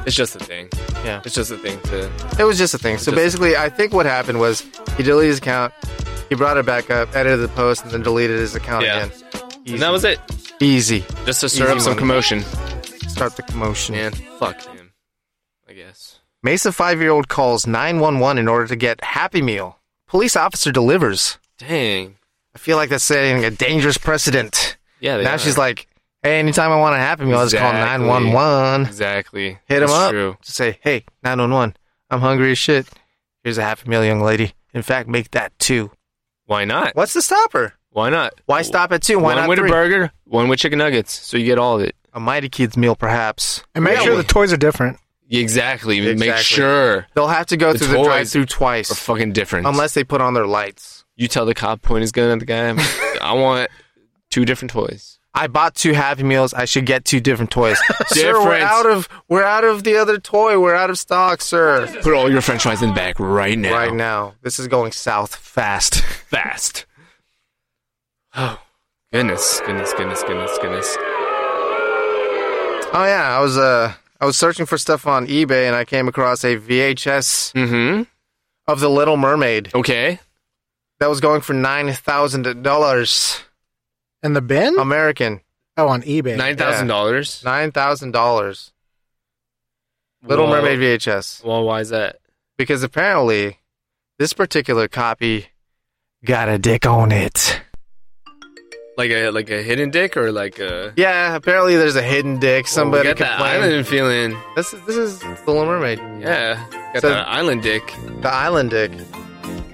Speaker 3: It's just a thing.
Speaker 1: Yeah.
Speaker 3: It's just a thing to.
Speaker 1: It was just a thing. So
Speaker 3: Just-
Speaker 1: basically, I think what happened was he deleted his account, he brought it back up, edited the post, and then deleted his account
Speaker 3: Yeah.
Speaker 1: again. Easy.
Speaker 3: And that was it.
Speaker 1: Easy.
Speaker 3: Just to stir
Speaker 1: Easy
Speaker 3: up some
Speaker 1: money.
Speaker 3: commotion.
Speaker 1: Start the commotion.
Speaker 3: Man, fuck him. I guess.
Speaker 1: Mesa five year old calls 911 in order to get Happy Meal. Police officer delivers.
Speaker 3: Dang.
Speaker 1: I feel like that's setting a dangerous precedent.
Speaker 3: Yeah. They
Speaker 1: now
Speaker 3: are.
Speaker 1: she's like, hey, anytime I want a Happy Meal, I just
Speaker 3: Exactly.
Speaker 1: call 911.
Speaker 3: Exactly.
Speaker 1: Hit him
Speaker 3: That's
Speaker 1: up.
Speaker 3: True.
Speaker 1: Just say, hey, 911, I'm hungry as shit. Here's a Happy Meal, young lady. In fact, make that two.
Speaker 3: Why not?
Speaker 1: What's the stopper?
Speaker 3: Why not?
Speaker 1: Why stop at two? Why
Speaker 3: one
Speaker 1: not
Speaker 3: with
Speaker 1: three?
Speaker 3: a burger, one with chicken nuggets, so you get all of it.
Speaker 1: a mighty kid's meal, perhaps.
Speaker 2: And make sure the toys are different.
Speaker 3: Exactly. Make
Speaker 1: Exactly.
Speaker 3: sure
Speaker 1: They'll have to go
Speaker 3: The
Speaker 1: through the
Speaker 3: toys
Speaker 1: drive-through
Speaker 3: are
Speaker 1: twice,
Speaker 3: fucking different.
Speaker 1: unless they put on their lights.
Speaker 6: You tell the cop point his gun at the guy. I'm like, I want two different toys.
Speaker 1: I bought two Happy Meals. I should get two different toys. sir, we're
Speaker 6: Different.
Speaker 1: out of we're out of the other toy. We're out of stock, sir.
Speaker 6: Put all your French fries in the bag right now.
Speaker 1: Right now, this is going south fast.
Speaker 6: Fast. Oh, goodness, goodness, goodness, goodness, goodness.
Speaker 1: Oh yeah, I was uh I was searching for stuff on eBay and I came across a VHS
Speaker 3: Mm-hmm.
Speaker 1: of The Little Mermaid
Speaker 6: Okay.
Speaker 1: that was going for nine thousand dollars
Speaker 2: In the bin?
Speaker 1: Um, American.
Speaker 2: Oh, on eBay.
Speaker 6: Nine thousand dollars.
Speaker 1: Nine thousand dollars. Little
Speaker 6: Whoa.
Speaker 1: Mermaid VHS.
Speaker 6: Well, why is that?
Speaker 1: Because apparently this particular copy got a dick on it.
Speaker 6: Like a like a hidden dick or like a
Speaker 1: Yeah, apparently there's a hidden dick. Somebody
Speaker 6: got that
Speaker 1: complained.
Speaker 6: island feeling.
Speaker 1: This is this is The Little Mermaid.
Speaker 6: Yeah, got
Speaker 1: So-
Speaker 6: that island dick.
Speaker 1: The island dick.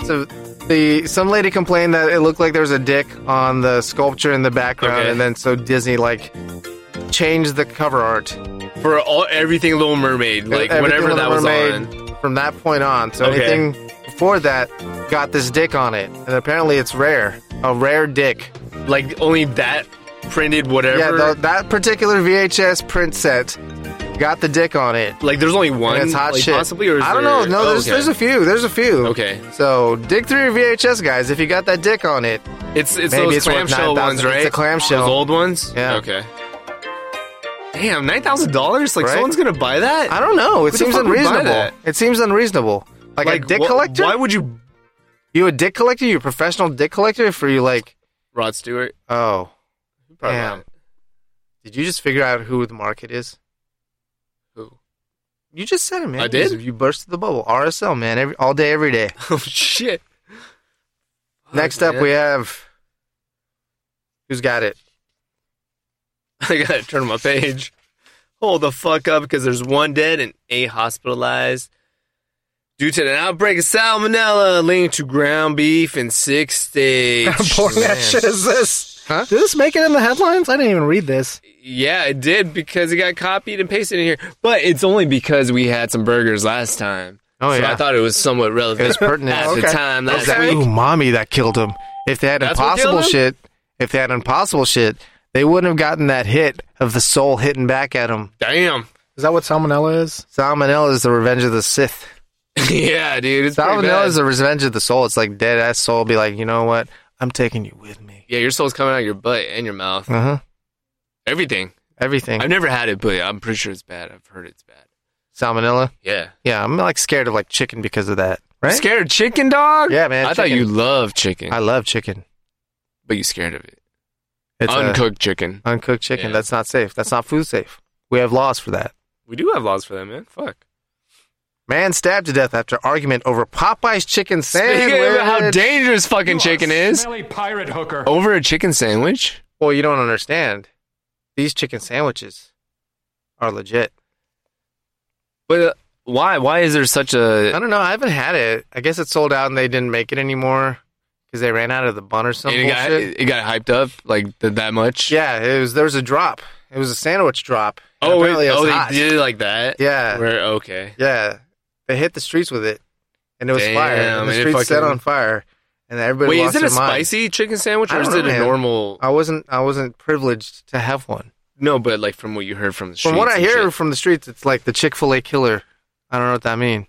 Speaker 1: So the some lady complained that it looked like there was a dick on the sculpture in the background,
Speaker 6: Okay.
Speaker 1: and then so Disney like changed the cover art.
Speaker 6: for all everything Little Mermaid, like
Speaker 1: Everything
Speaker 6: whatever
Speaker 1: on
Speaker 6: that
Speaker 1: the
Speaker 6: was on.
Speaker 1: Mermaid From that point on, so
Speaker 6: Okay.
Speaker 1: anything before that got this dick on it, and apparently it's rare, a rare dick.
Speaker 6: Like only that printed whatever.
Speaker 1: Yeah, the, that particular VHS print set got the dick on it.
Speaker 6: like there's only one.
Speaker 1: And it's hot
Speaker 6: like,
Speaker 1: shit.
Speaker 6: Possibly, or is
Speaker 1: I don't
Speaker 6: there-
Speaker 1: know. No,
Speaker 6: oh,
Speaker 1: there's,
Speaker 6: okay.
Speaker 1: there's a few. There's a few.
Speaker 6: Okay.
Speaker 1: So dig through your VHS, guys. If you got that dick on it,
Speaker 6: It's it's
Speaker 1: Maybe
Speaker 6: those
Speaker 1: it's worth
Speaker 6: clamshell
Speaker 1: 9,000.
Speaker 6: ones, right?
Speaker 1: It's a clamshell.
Speaker 6: Those old ones.
Speaker 1: Yeah.
Speaker 6: Okay. Damn, nine thousand dollars. Like
Speaker 1: Right?
Speaker 6: someone's gonna buy that.
Speaker 1: I don't know.
Speaker 6: Who
Speaker 1: It
Speaker 6: the
Speaker 1: seems
Speaker 6: fuck would buy
Speaker 1: unreasonable.
Speaker 6: that?
Speaker 1: It seems unreasonable. Like, a dick
Speaker 6: wh-
Speaker 1: collector?
Speaker 6: Why would you,
Speaker 1: you a dick collector? You a professional dick collector? If you like,
Speaker 6: Rod Stewart?
Speaker 1: oh,
Speaker 6: Probably
Speaker 1: Damn.
Speaker 6: not.
Speaker 1: did you just figure out who the market is?
Speaker 6: Who?
Speaker 1: You just said it, man.
Speaker 6: I did?
Speaker 1: You, you bursted the bubble. RSL, man. Every, all day, every day.
Speaker 6: Oh shit.
Speaker 1: Next
Speaker 6: man.
Speaker 1: up, we have. Who's got it?
Speaker 6: I gotta turn my page. Hold the fuck up, because there's one dead and eight hospitalized due to an outbreak of salmonella leading to ground beef in six states.
Speaker 2: How boring that shit is this?
Speaker 1: Huh?
Speaker 2: Did this make it in the headlines? I didn't even read this.
Speaker 6: yeah, it did because it got copied and pasted in here. But it's only because we had some burgers last time.
Speaker 1: Oh,
Speaker 6: so
Speaker 1: yeah.
Speaker 6: I thought it was somewhat relevant.
Speaker 1: It was pertinent.
Speaker 6: at the
Speaker 2: Okay.
Speaker 6: time last
Speaker 1: that
Speaker 6: week.
Speaker 1: umami that killed him. If they had
Speaker 6: That's what
Speaker 1: impossible
Speaker 6: killed him?
Speaker 1: shit, if they had impossible shit, they wouldn't have gotten that hit of the soul hitting back at him.
Speaker 6: Damn.
Speaker 2: Is that what salmonella is?
Speaker 1: Salmonella is the revenge of the Sith.
Speaker 6: yeah, dude. It's pretty
Speaker 1: Salmonella
Speaker 6: bad.
Speaker 1: is the revenge of the soul. It's like dead ass soul be like, you know what? I'm taking you with me.
Speaker 6: yeah, your soul's coming out of your butt and your mouth.
Speaker 1: Uh huh.
Speaker 6: Everything.
Speaker 1: Everything.
Speaker 6: I've never had it, but I'm pretty sure it's bad. I've heard it's bad.
Speaker 1: Salmonella.
Speaker 6: Yeah.
Speaker 1: Yeah, I'm like scared of like chicken because of that. Right?
Speaker 6: Scared of chicken, dog?
Speaker 1: Yeah, man,
Speaker 6: I thought
Speaker 1: chicken.
Speaker 6: you loved chicken,
Speaker 1: I love chicken.
Speaker 6: but you scared of it.
Speaker 1: It's uh,
Speaker 6: Uncooked chicken.
Speaker 1: uncooked chicken.
Speaker 6: Yeah.
Speaker 1: That's not safe. That's not food safe. We have laws for that.
Speaker 6: We do have laws for that, man. Fuck.
Speaker 1: Man stabbed to death after argument over Popeye's chicken sandwich.
Speaker 6: Speaking of how dangerous fucking
Speaker 4: You
Speaker 6: chicken
Speaker 4: a
Speaker 6: is,
Speaker 4: Smelly pirate hooker.
Speaker 6: over a chicken sandwich.
Speaker 1: Well, you don't understand. These chicken sandwiches are legit.
Speaker 6: But uh, why? Why is there such a
Speaker 1: I don't know. I haven't had it. I guess it sold out and they didn't make it anymore because they ran out of the bun or
Speaker 6: and
Speaker 1: something.
Speaker 6: it got, it got hyped up like th- that much?
Speaker 1: yeah, it was. There was a drop. It was a sandwich drop. And
Speaker 6: Oh,
Speaker 1: apparently
Speaker 6: it,
Speaker 1: it was
Speaker 6: oh,
Speaker 1: hot.
Speaker 6: they did it like that.
Speaker 1: Yeah.
Speaker 6: Where okay.
Speaker 1: Yeah, they hit the streets with it, and it was
Speaker 6: Damn,
Speaker 1: fire. And
Speaker 6: and
Speaker 1: the
Speaker 6: it
Speaker 1: streets set
Speaker 6: fucking-
Speaker 1: on fire, and everybody.
Speaker 6: Wait,
Speaker 1: lost
Speaker 6: is it a
Speaker 1: their mind.
Speaker 6: spicy chicken sandwich
Speaker 1: I
Speaker 6: or
Speaker 1: don't
Speaker 6: is
Speaker 1: know,
Speaker 6: it a
Speaker 1: man. Uh,
Speaker 6: normal?
Speaker 1: I wasn't. I wasn't privileged to have one.
Speaker 6: No, but like from what you heard from the
Speaker 1: From what I
Speaker 6: streets and
Speaker 1: hear
Speaker 6: shit.
Speaker 1: from the streets, it's like the Chick Fil A killer. I don't know what that means.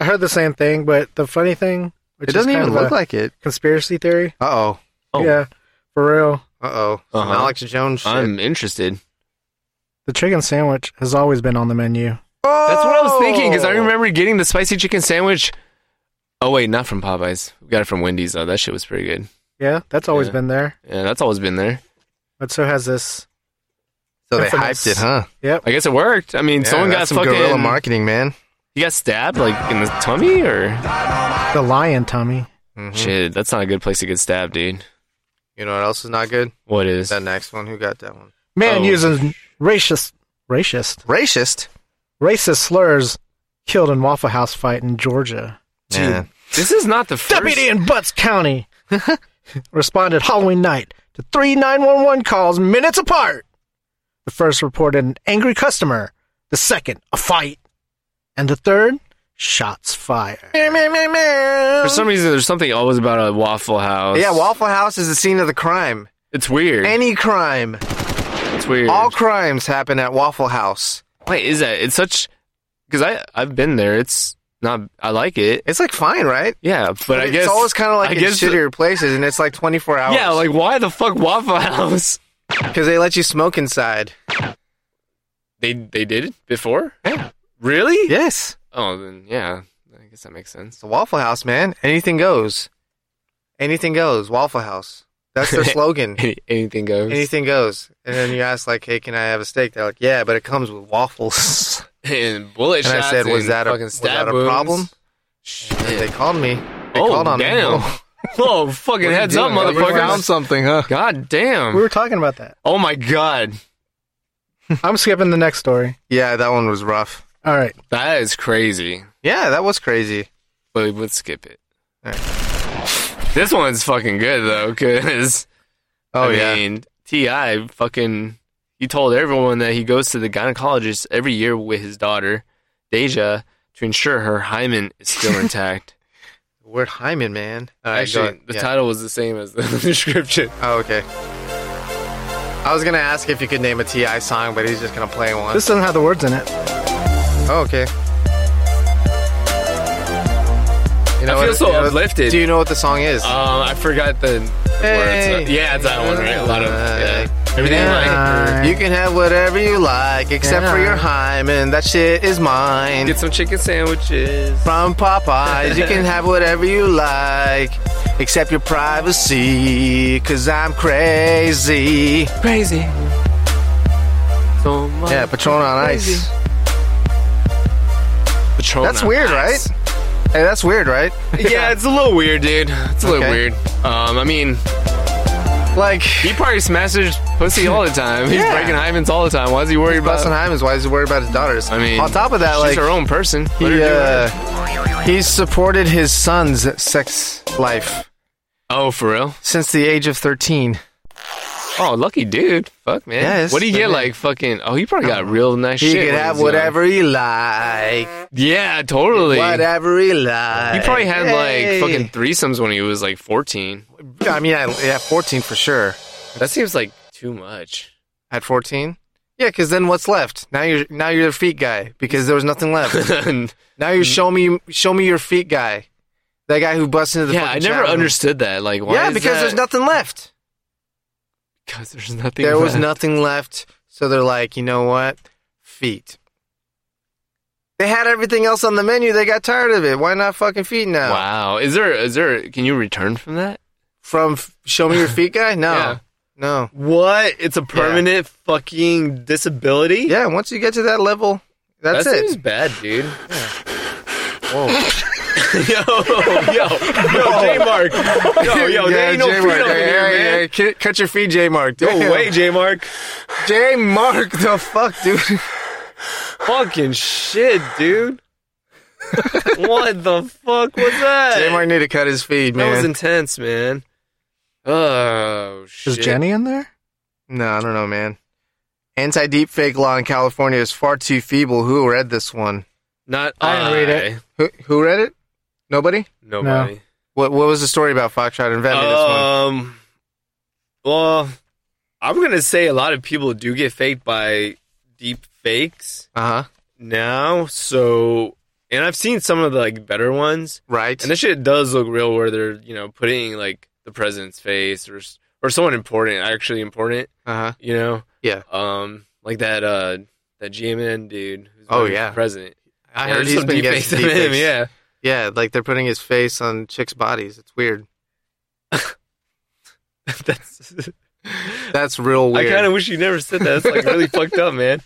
Speaker 2: I heard the same thing, but the funny thing, which
Speaker 1: It doesn't
Speaker 2: is kind
Speaker 1: even
Speaker 2: of
Speaker 1: look
Speaker 2: a
Speaker 1: like it.
Speaker 2: conspiracy theory.
Speaker 1: Uh oh.
Speaker 6: Oh.
Speaker 2: Yeah, for real.
Speaker 1: Uh oh.
Speaker 6: Uh-huh.
Speaker 1: Alex Jones. Shit.
Speaker 6: I'm interested.
Speaker 2: The chicken sandwich has always been on the menu.
Speaker 6: That's what I was thinking because I
Speaker 1: Oh.
Speaker 6: remember getting the spicy chicken sandwich. Oh wait, not from Popeyes. We got it from Wendy's though. That shit was pretty good.
Speaker 2: Yeah, that's always
Speaker 6: Yeah.
Speaker 2: been there.
Speaker 6: Yeah, that's always been there.
Speaker 2: But so has this.
Speaker 1: So they
Speaker 2: Infamous.
Speaker 1: hyped it, huh?
Speaker 2: Yep.
Speaker 6: I guess it worked. I mean,
Speaker 1: Yeah,
Speaker 6: someone
Speaker 1: that's
Speaker 6: got
Speaker 1: some
Speaker 6: fucking.
Speaker 1: guerrilla marketing, man.
Speaker 6: You got stabbed like in the tummy or
Speaker 2: The lion tummy.
Speaker 1: Mm-hmm.
Speaker 6: shit. That's not a good place to get stabbed, dude.
Speaker 1: You know what else is not good?
Speaker 6: What is?
Speaker 1: That next one. Who got that one?
Speaker 2: Man
Speaker 6: Oh.
Speaker 2: using racist, racist,
Speaker 1: Racist.
Speaker 2: racist slurs killed in Waffle House fight in Georgia.
Speaker 1: Yeah.
Speaker 6: This is not the first.
Speaker 2: Deputy in Butts County responded Halloween night to three 911 calls minutes apart. The first reported an angry customer, the second, a fight, and the third, Shots fired.
Speaker 6: For some reason, there's something always about a Waffle House.
Speaker 1: Yeah, Waffle House is the scene of the crime.
Speaker 6: It's weird.
Speaker 1: Any crime.
Speaker 6: It's weird.
Speaker 1: All crimes happen at Waffle House.
Speaker 6: Why is that? It's such because I I've been there. It's not. I like it.
Speaker 1: It's like fine, right?
Speaker 6: Yeah, but, I
Speaker 1: it's
Speaker 6: guess
Speaker 1: always kind of like
Speaker 6: I
Speaker 1: in
Speaker 6: guess-
Speaker 1: shittier places, and it's like 24 hours.
Speaker 6: Yeah, like why the fuck Waffle House?
Speaker 1: because they let you smoke inside.
Speaker 6: They they did it before. Yeah. Really?
Speaker 1: Yes,
Speaker 6: Oh, then yeah. I guess that makes sense.
Speaker 1: the Waffle House, man. Anything goes. Anything goes. Waffle House. That's their slogan.
Speaker 6: Any, anything goes.
Speaker 1: Anything goes. And then you ask, like, "Hey, can I have a steak?" They're like, "Yeah, but it comes with waffles."
Speaker 6: and bullet
Speaker 1: And I
Speaker 6: shots.
Speaker 1: said, "Was
Speaker 6: and
Speaker 1: that a-
Speaker 6: fucking
Speaker 1: was
Speaker 6: stab
Speaker 1: that a
Speaker 6: wounds.
Speaker 1: problem?" And they called me. They
Speaker 6: oh
Speaker 1: called on
Speaker 6: damn!
Speaker 1: me.
Speaker 6: Whoa, fucking
Speaker 1: you
Speaker 6: heads up,
Speaker 1: doing? You found
Speaker 6: motherfucker!
Speaker 1: something, huh?
Speaker 6: God damn!
Speaker 2: We were talking about that.
Speaker 6: oh my god,
Speaker 2: I'm skipping the next story.
Speaker 1: Yeah, that one was rough.
Speaker 2: All right.
Speaker 6: that is crazy.
Speaker 1: Yeah, that was crazy.
Speaker 6: But let's skip it. This one's fucking good though, because
Speaker 1: Oh
Speaker 6: I
Speaker 1: yeah.
Speaker 6: mean, Ti fucking he told everyone that he goes to the gynecologist every year with his daughter Deja to ensure her hymen is still intact.
Speaker 1: Word hymen, man. All right, go
Speaker 6: Actually,
Speaker 1: ahead.
Speaker 6: the
Speaker 1: Yeah.
Speaker 6: title was the same as the description.
Speaker 1: Oh, okay. I was gonna ask if you could name a Ti song, but he's just gonna play one.
Speaker 2: This doesn't have the words in it.
Speaker 1: oh, okay. You
Speaker 6: I feel
Speaker 1: what-
Speaker 6: so
Speaker 1: you know-
Speaker 6: uplifted.
Speaker 1: Do you know what the song is?
Speaker 6: Um, I forgot the, the
Speaker 1: Hey.
Speaker 6: words. Yeah, it's that one, right? A lot of yeah. everything
Speaker 1: Yeah.
Speaker 6: like
Speaker 1: you can have whatever you like, except for your hymen. That shit is mine.
Speaker 6: get some chicken sandwiches.
Speaker 1: from Popeyes. You can have whatever you like, except your privacy, cause I'm crazy.
Speaker 6: Crazy. So much.
Speaker 1: Yeah, Patron on ice.
Speaker 6: Patron
Speaker 1: That's
Speaker 6: on
Speaker 1: weird,
Speaker 6: ice.
Speaker 1: right? Hey, that's weird, right?
Speaker 6: yeah, it's a little weird, dude. It's a little
Speaker 1: Okay.
Speaker 6: weird. Um, I mean,
Speaker 1: Like,
Speaker 6: he probably smashes pussy all the time. He's
Speaker 1: Yeah.
Speaker 6: breaking hymens all the time. Why is he worried about?
Speaker 1: Bustin' Hyman's, why is he worried about his daughters?
Speaker 6: I mean,
Speaker 1: on top of that,
Speaker 6: she's
Speaker 1: like,
Speaker 6: her own person. Let her
Speaker 1: he,
Speaker 6: do her.
Speaker 1: uh, he's supported his son's sex life
Speaker 6: oh, for real?
Speaker 1: since the age of 13.
Speaker 6: Oh, lucky dude. Fuck man.
Speaker 1: Yeah, it's-
Speaker 6: what do you get?
Speaker 1: I mean-
Speaker 6: Like fucking. Oh, he probably got real nice
Speaker 1: He
Speaker 6: shit.
Speaker 1: could
Speaker 6: when
Speaker 1: have
Speaker 6: was young.
Speaker 1: whatever he like,
Speaker 6: Yeah, totally.
Speaker 1: whatever he like.
Speaker 6: He probably had like
Speaker 1: Hey.
Speaker 6: fucking threesomes when he was like 14.
Speaker 1: I mean, yeah, yeah, 14 for sure.
Speaker 6: That seems like too much.
Speaker 1: At 14? Yeah, because then what's left? Now you're now you're the feet guy because there was nothing left.
Speaker 6: yeah,
Speaker 1: now you show me show me your feet guy, that guy who busts into the
Speaker 6: I
Speaker 1: fucking
Speaker 6: never
Speaker 1: chat room.
Speaker 6: understood that. Like, why?
Speaker 1: Yeah,
Speaker 6: is
Speaker 1: because
Speaker 6: that-
Speaker 1: there's nothing left.
Speaker 6: Because there's nothing.
Speaker 1: There was
Speaker 6: left.
Speaker 1: nothing left, so they're like, you know what, feet. They had everything else on the menu. They got tired of it. Why not fucking feet now?
Speaker 6: Wow. Is there? Is there? Can you return from that?
Speaker 1: From f- show me your feet guy? No,
Speaker 6: Yeah.
Speaker 1: no.
Speaker 6: What? It's a permanent fucking disability.
Speaker 1: Yeah, once you get to that level, that's
Speaker 6: that
Speaker 1: it.
Speaker 6: seems bad, dude.
Speaker 1: Whoa.
Speaker 6: yo, yo, yo, J Mark.
Speaker 1: Oh,
Speaker 6: Yo, yo, there ain't no
Speaker 1: J-Mark.
Speaker 6: freedom in
Speaker 1: Hey,
Speaker 6: here,
Speaker 1: hey,
Speaker 6: man.
Speaker 1: hey, cut- Cut your feet, J Mark.
Speaker 6: Go away, J Mark.
Speaker 1: J Mark, the fuck, dude.
Speaker 6: Fucking shit, dude. what the fuck was that?
Speaker 1: J Mark need to cut his feet,
Speaker 6: that
Speaker 1: man.
Speaker 6: was intense, man. Oh
Speaker 2: Is
Speaker 6: shit.
Speaker 2: Jenny in there?
Speaker 1: no, I don't know, man. Anti deep fake law in California is far too feeble. Who read this one?
Speaker 6: Not
Speaker 2: I
Speaker 6: I
Speaker 2: didn't read it.
Speaker 1: Who, who read it? Nobody.
Speaker 6: Nobody.
Speaker 1: What What was the story about Foxtrot and Vetney? this
Speaker 6: Um. Well, I'm gonna say a lot of people do get faked by deep fakes
Speaker 1: one. Uh huh.
Speaker 6: now. So, and I've seen some of the like better ones.
Speaker 1: Right.
Speaker 6: And this shit does look real, where they're you know putting like the president's face or s- or someone important, actually important,
Speaker 1: Uh huh.
Speaker 6: you know.
Speaker 1: Yeah.
Speaker 6: Um, like that uh that GMN dude. Who's
Speaker 1: Oh,
Speaker 6: running for
Speaker 1: yeah.
Speaker 6: president. Yeah,
Speaker 1: I heard
Speaker 6: there's
Speaker 1: he's
Speaker 6: some
Speaker 1: been
Speaker 6: deep
Speaker 1: getting
Speaker 6: fakes of him,
Speaker 1: deepfakes.
Speaker 6: Yeah.
Speaker 1: Yeah, like they're putting his face on chicks' bodies. It's weird.
Speaker 6: That's.
Speaker 1: That's real
Speaker 6: I
Speaker 1: weird.
Speaker 6: kind of wish you never said that. That's like really fucked up, man.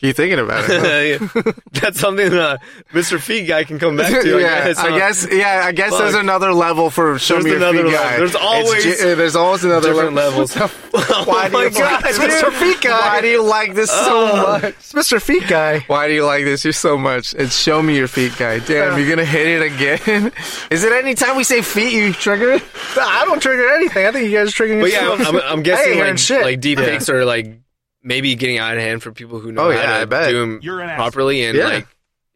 Speaker 1: you thinking about it? huh?
Speaker 6: Yeah. That's something uh, Mr. Feet guy can come back to.
Speaker 1: yeah,
Speaker 6: I guess. uh,
Speaker 1: I
Speaker 6: huh?
Speaker 1: guess. Yeah, I guess there's
Speaker 6: Fuck.
Speaker 1: another level for show
Speaker 6: There's
Speaker 1: me your
Speaker 6: another
Speaker 1: feet
Speaker 6: level.
Speaker 1: guy.
Speaker 6: There's
Speaker 1: It's
Speaker 6: always
Speaker 1: ju- uh, there's always another
Speaker 6: different
Speaker 1: level.
Speaker 6: levels. oh
Speaker 1: Why do
Speaker 6: my
Speaker 1: you
Speaker 6: god,
Speaker 1: like this, Mr. Feet Guy? Why do you like this so much?
Speaker 2: It's Mr. Feet Guy.
Speaker 1: Why do you like this? You're so much. It's show me your feet guy. Damn, you're gonna hit it again. Is it any time we say feet you trigger it?
Speaker 2: I don't trigger anything. I think you guys are triggering
Speaker 6: But yeah,
Speaker 2: yourself.
Speaker 6: I'm, I'm
Speaker 2: I ain't
Speaker 6: guessing
Speaker 2: hearing
Speaker 6: like,
Speaker 2: shit.
Speaker 6: like deep fakes are like maybe getting out of hand for people who know
Speaker 1: Oh,
Speaker 6: how
Speaker 1: yeah, I
Speaker 6: to
Speaker 1: bet.
Speaker 6: do them
Speaker 4: You're an asshole.
Speaker 6: properly and
Speaker 1: Yeah.
Speaker 6: like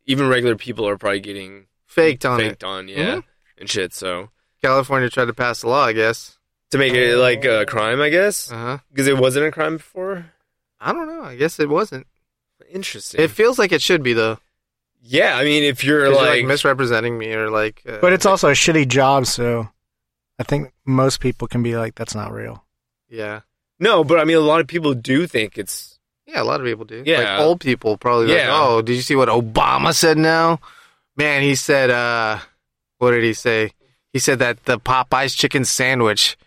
Speaker 6: even regular people are probably getting
Speaker 1: Faked on
Speaker 6: faked
Speaker 1: it.
Speaker 6: on, yeah,
Speaker 1: Mhm.
Speaker 6: and shit. So
Speaker 1: California tried to pass a law, I guess.
Speaker 6: to make it like a crime, I guess,
Speaker 1: Uh-huh.
Speaker 6: because it wasn't a crime before.
Speaker 1: I don't know. I guess it wasn't.
Speaker 6: Interesting.
Speaker 1: It feels like it should be though.
Speaker 6: yeah, I mean, if you're
Speaker 1: 'Cause you're,
Speaker 6: like,
Speaker 1: misrepresenting me or like. Uh,
Speaker 2: But it's also a shitty job, so I think most people can be like, that's not real.
Speaker 1: yeah,
Speaker 6: no, but I mean, a lot of people do think it's
Speaker 1: yeah. A lot of people do.
Speaker 6: Yeah.
Speaker 1: like old people probably. Like,
Speaker 6: Yeah.
Speaker 1: oh, did you see what Obama said? Now, man, he said. uh What did he say? He said that the Popeyes chicken sandwich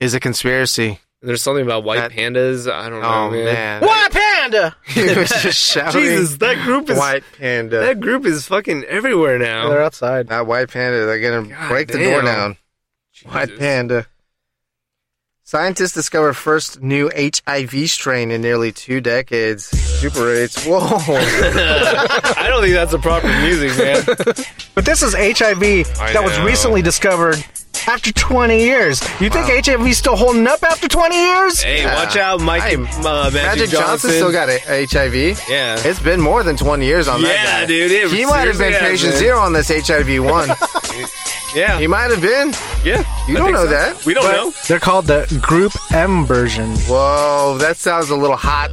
Speaker 1: is a conspiracy.
Speaker 6: there's something about white
Speaker 1: That-
Speaker 6: pandas. I don't know,
Speaker 1: Oh,
Speaker 6: man.
Speaker 1: man.
Speaker 16: Why panda?
Speaker 1: he was just shouting.
Speaker 6: Jesus, that group is
Speaker 1: White panda.
Speaker 6: that group is fucking everywhere now.
Speaker 2: They're outside.
Speaker 1: That white panda, they're gonna
Speaker 6: God
Speaker 1: break the door
Speaker 6: damn.
Speaker 1: down. White panda. Scientists discover first new HIV strain in nearly two decades. Super rates. Whoa.
Speaker 6: I don't think that's the proper music, man.
Speaker 2: But this is HIV
Speaker 6: I
Speaker 2: that was
Speaker 6: know.
Speaker 2: recently discovered after 20 years. You think HIV's still holding up after 20 years?
Speaker 6: hey, watch out, Mike.
Speaker 1: I-
Speaker 6: uh, Magic,
Speaker 1: Magic Johnson still got it, HIV.
Speaker 6: Yeah.
Speaker 1: It's been more than 20 years on
Speaker 6: Yeah,
Speaker 1: that. guy.
Speaker 6: dude, it
Speaker 1: He might have
Speaker 6: seriously
Speaker 1: been
Speaker 6: has
Speaker 1: patient
Speaker 6: been.
Speaker 1: zero on this HIV one.
Speaker 6: yeah,
Speaker 1: he might have been.
Speaker 6: yeah.
Speaker 1: You
Speaker 6: I
Speaker 1: don't
Speaker 6: think
Speaker 1: know
Speaker 6: so.
Speaker 1: that.
Speaker 6: We don't
Speaker 1: But-
Speaker 6: know.
Speaker 2: They're called the Group M version.
Speaker 1: Whoa, that sounds a little hot.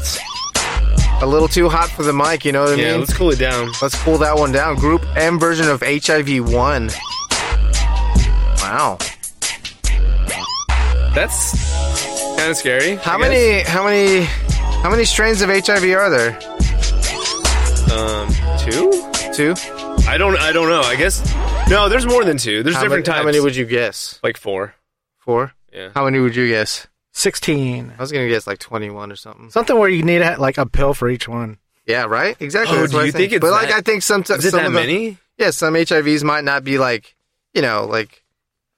Speaker 1: A little too hot for the mic, you know what I
Speaker 6: Yeah,
Speaker 1: mean?
Speaker 6: let's cool it down.
Speaker 1: Let's pull that one down. Group M version of HIV 1. Wow.
Speaker 6: That's kind of scary.
Speaker 1: How
Speaker 6: I guess.
Speaker 1: many how many how many strains of HIV are there?
Speaker 6: Um, two?
Speaker 1: Two?
Speaker 6: I don't. I don't know. I guess. No, there's more than two. There's
Speaker 1: how
Speaker 6: different
Speaker 1: many,
Speaker 6: types.
Speaker 1: How many would you guess?
Speaker 6: like four?
Speaker 1: Four?
Speaker 6: Yeah.
Speaker 1: How many would you guess?
Speaker 2: 16.
Speaker 1: I was gonna guess like twenty one or something.
Speaker 2: Something where you need like a pill for each one.
Speaker 1: Yeah, right? Exactly.
Speaker 6: Oh,
Speaker 1: that's
Speaker 6: do
Speaker 1: what I
Speaker 6: you think it's
Speaker 1: but like
Speaker 6: that-
Speaker 1: I think some
Speaker 6: Is it
Speaker 1: some
Speaker 6: that
Speaker 1: of the-
Speaker 6: many?
Speaker 1: Yeah, some HIVs might not be like you know, like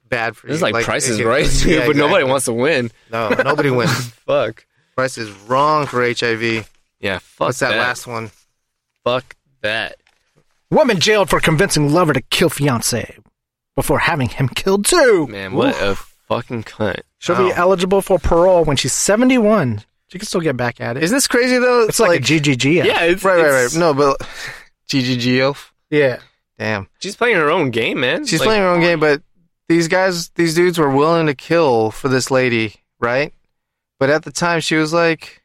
Speaker 1: bad for
Speaker 6: This
Speaker 1: you.
Speaker 6: is like, prices,
Speaker 1: it-
Speaker 6: right?
Speaker 1: yeah,
Speaker 6: but nobody
Speaker 1: exactly.
Speaker 6: wants to win.
Speaker 1: No, nobody wins.
Speaker 6: Fuck.
Speaker 1: Price is wrong for HIV.
Speaker 6: Yeah. Fuck
Speaker 1: What's that, last one?
Speaker 6: Fuck that.
Speaker 2: Woman jailed for convincing lover to kill fiance before having him killed too.
Speaker 6: Man, what a fucking cunt.
Speaker 2: She'll be
Speaker 1: Wow.
Speaker 2: eligible for parole when she's 71. She can still get back at it.
Speaker 1: Isn't this crazy though?
Speaker 2: it's like, a GGG. app.
Speaker 6: Yeah. It's,
Speaker 1: right, right, right.
Speaker 6: it's-
Speaker 1: No, but GGG elf.
Speaker 2: Yeah.
Speaker 1: Damn,
Speaker 6: She's playing her own game, man.
Speaker 1: she's
Speaker 6: Like,
Speaker 1: playing her own game, but these guys, these dudes were willing to kill for this lady, right? But at the time, she was like,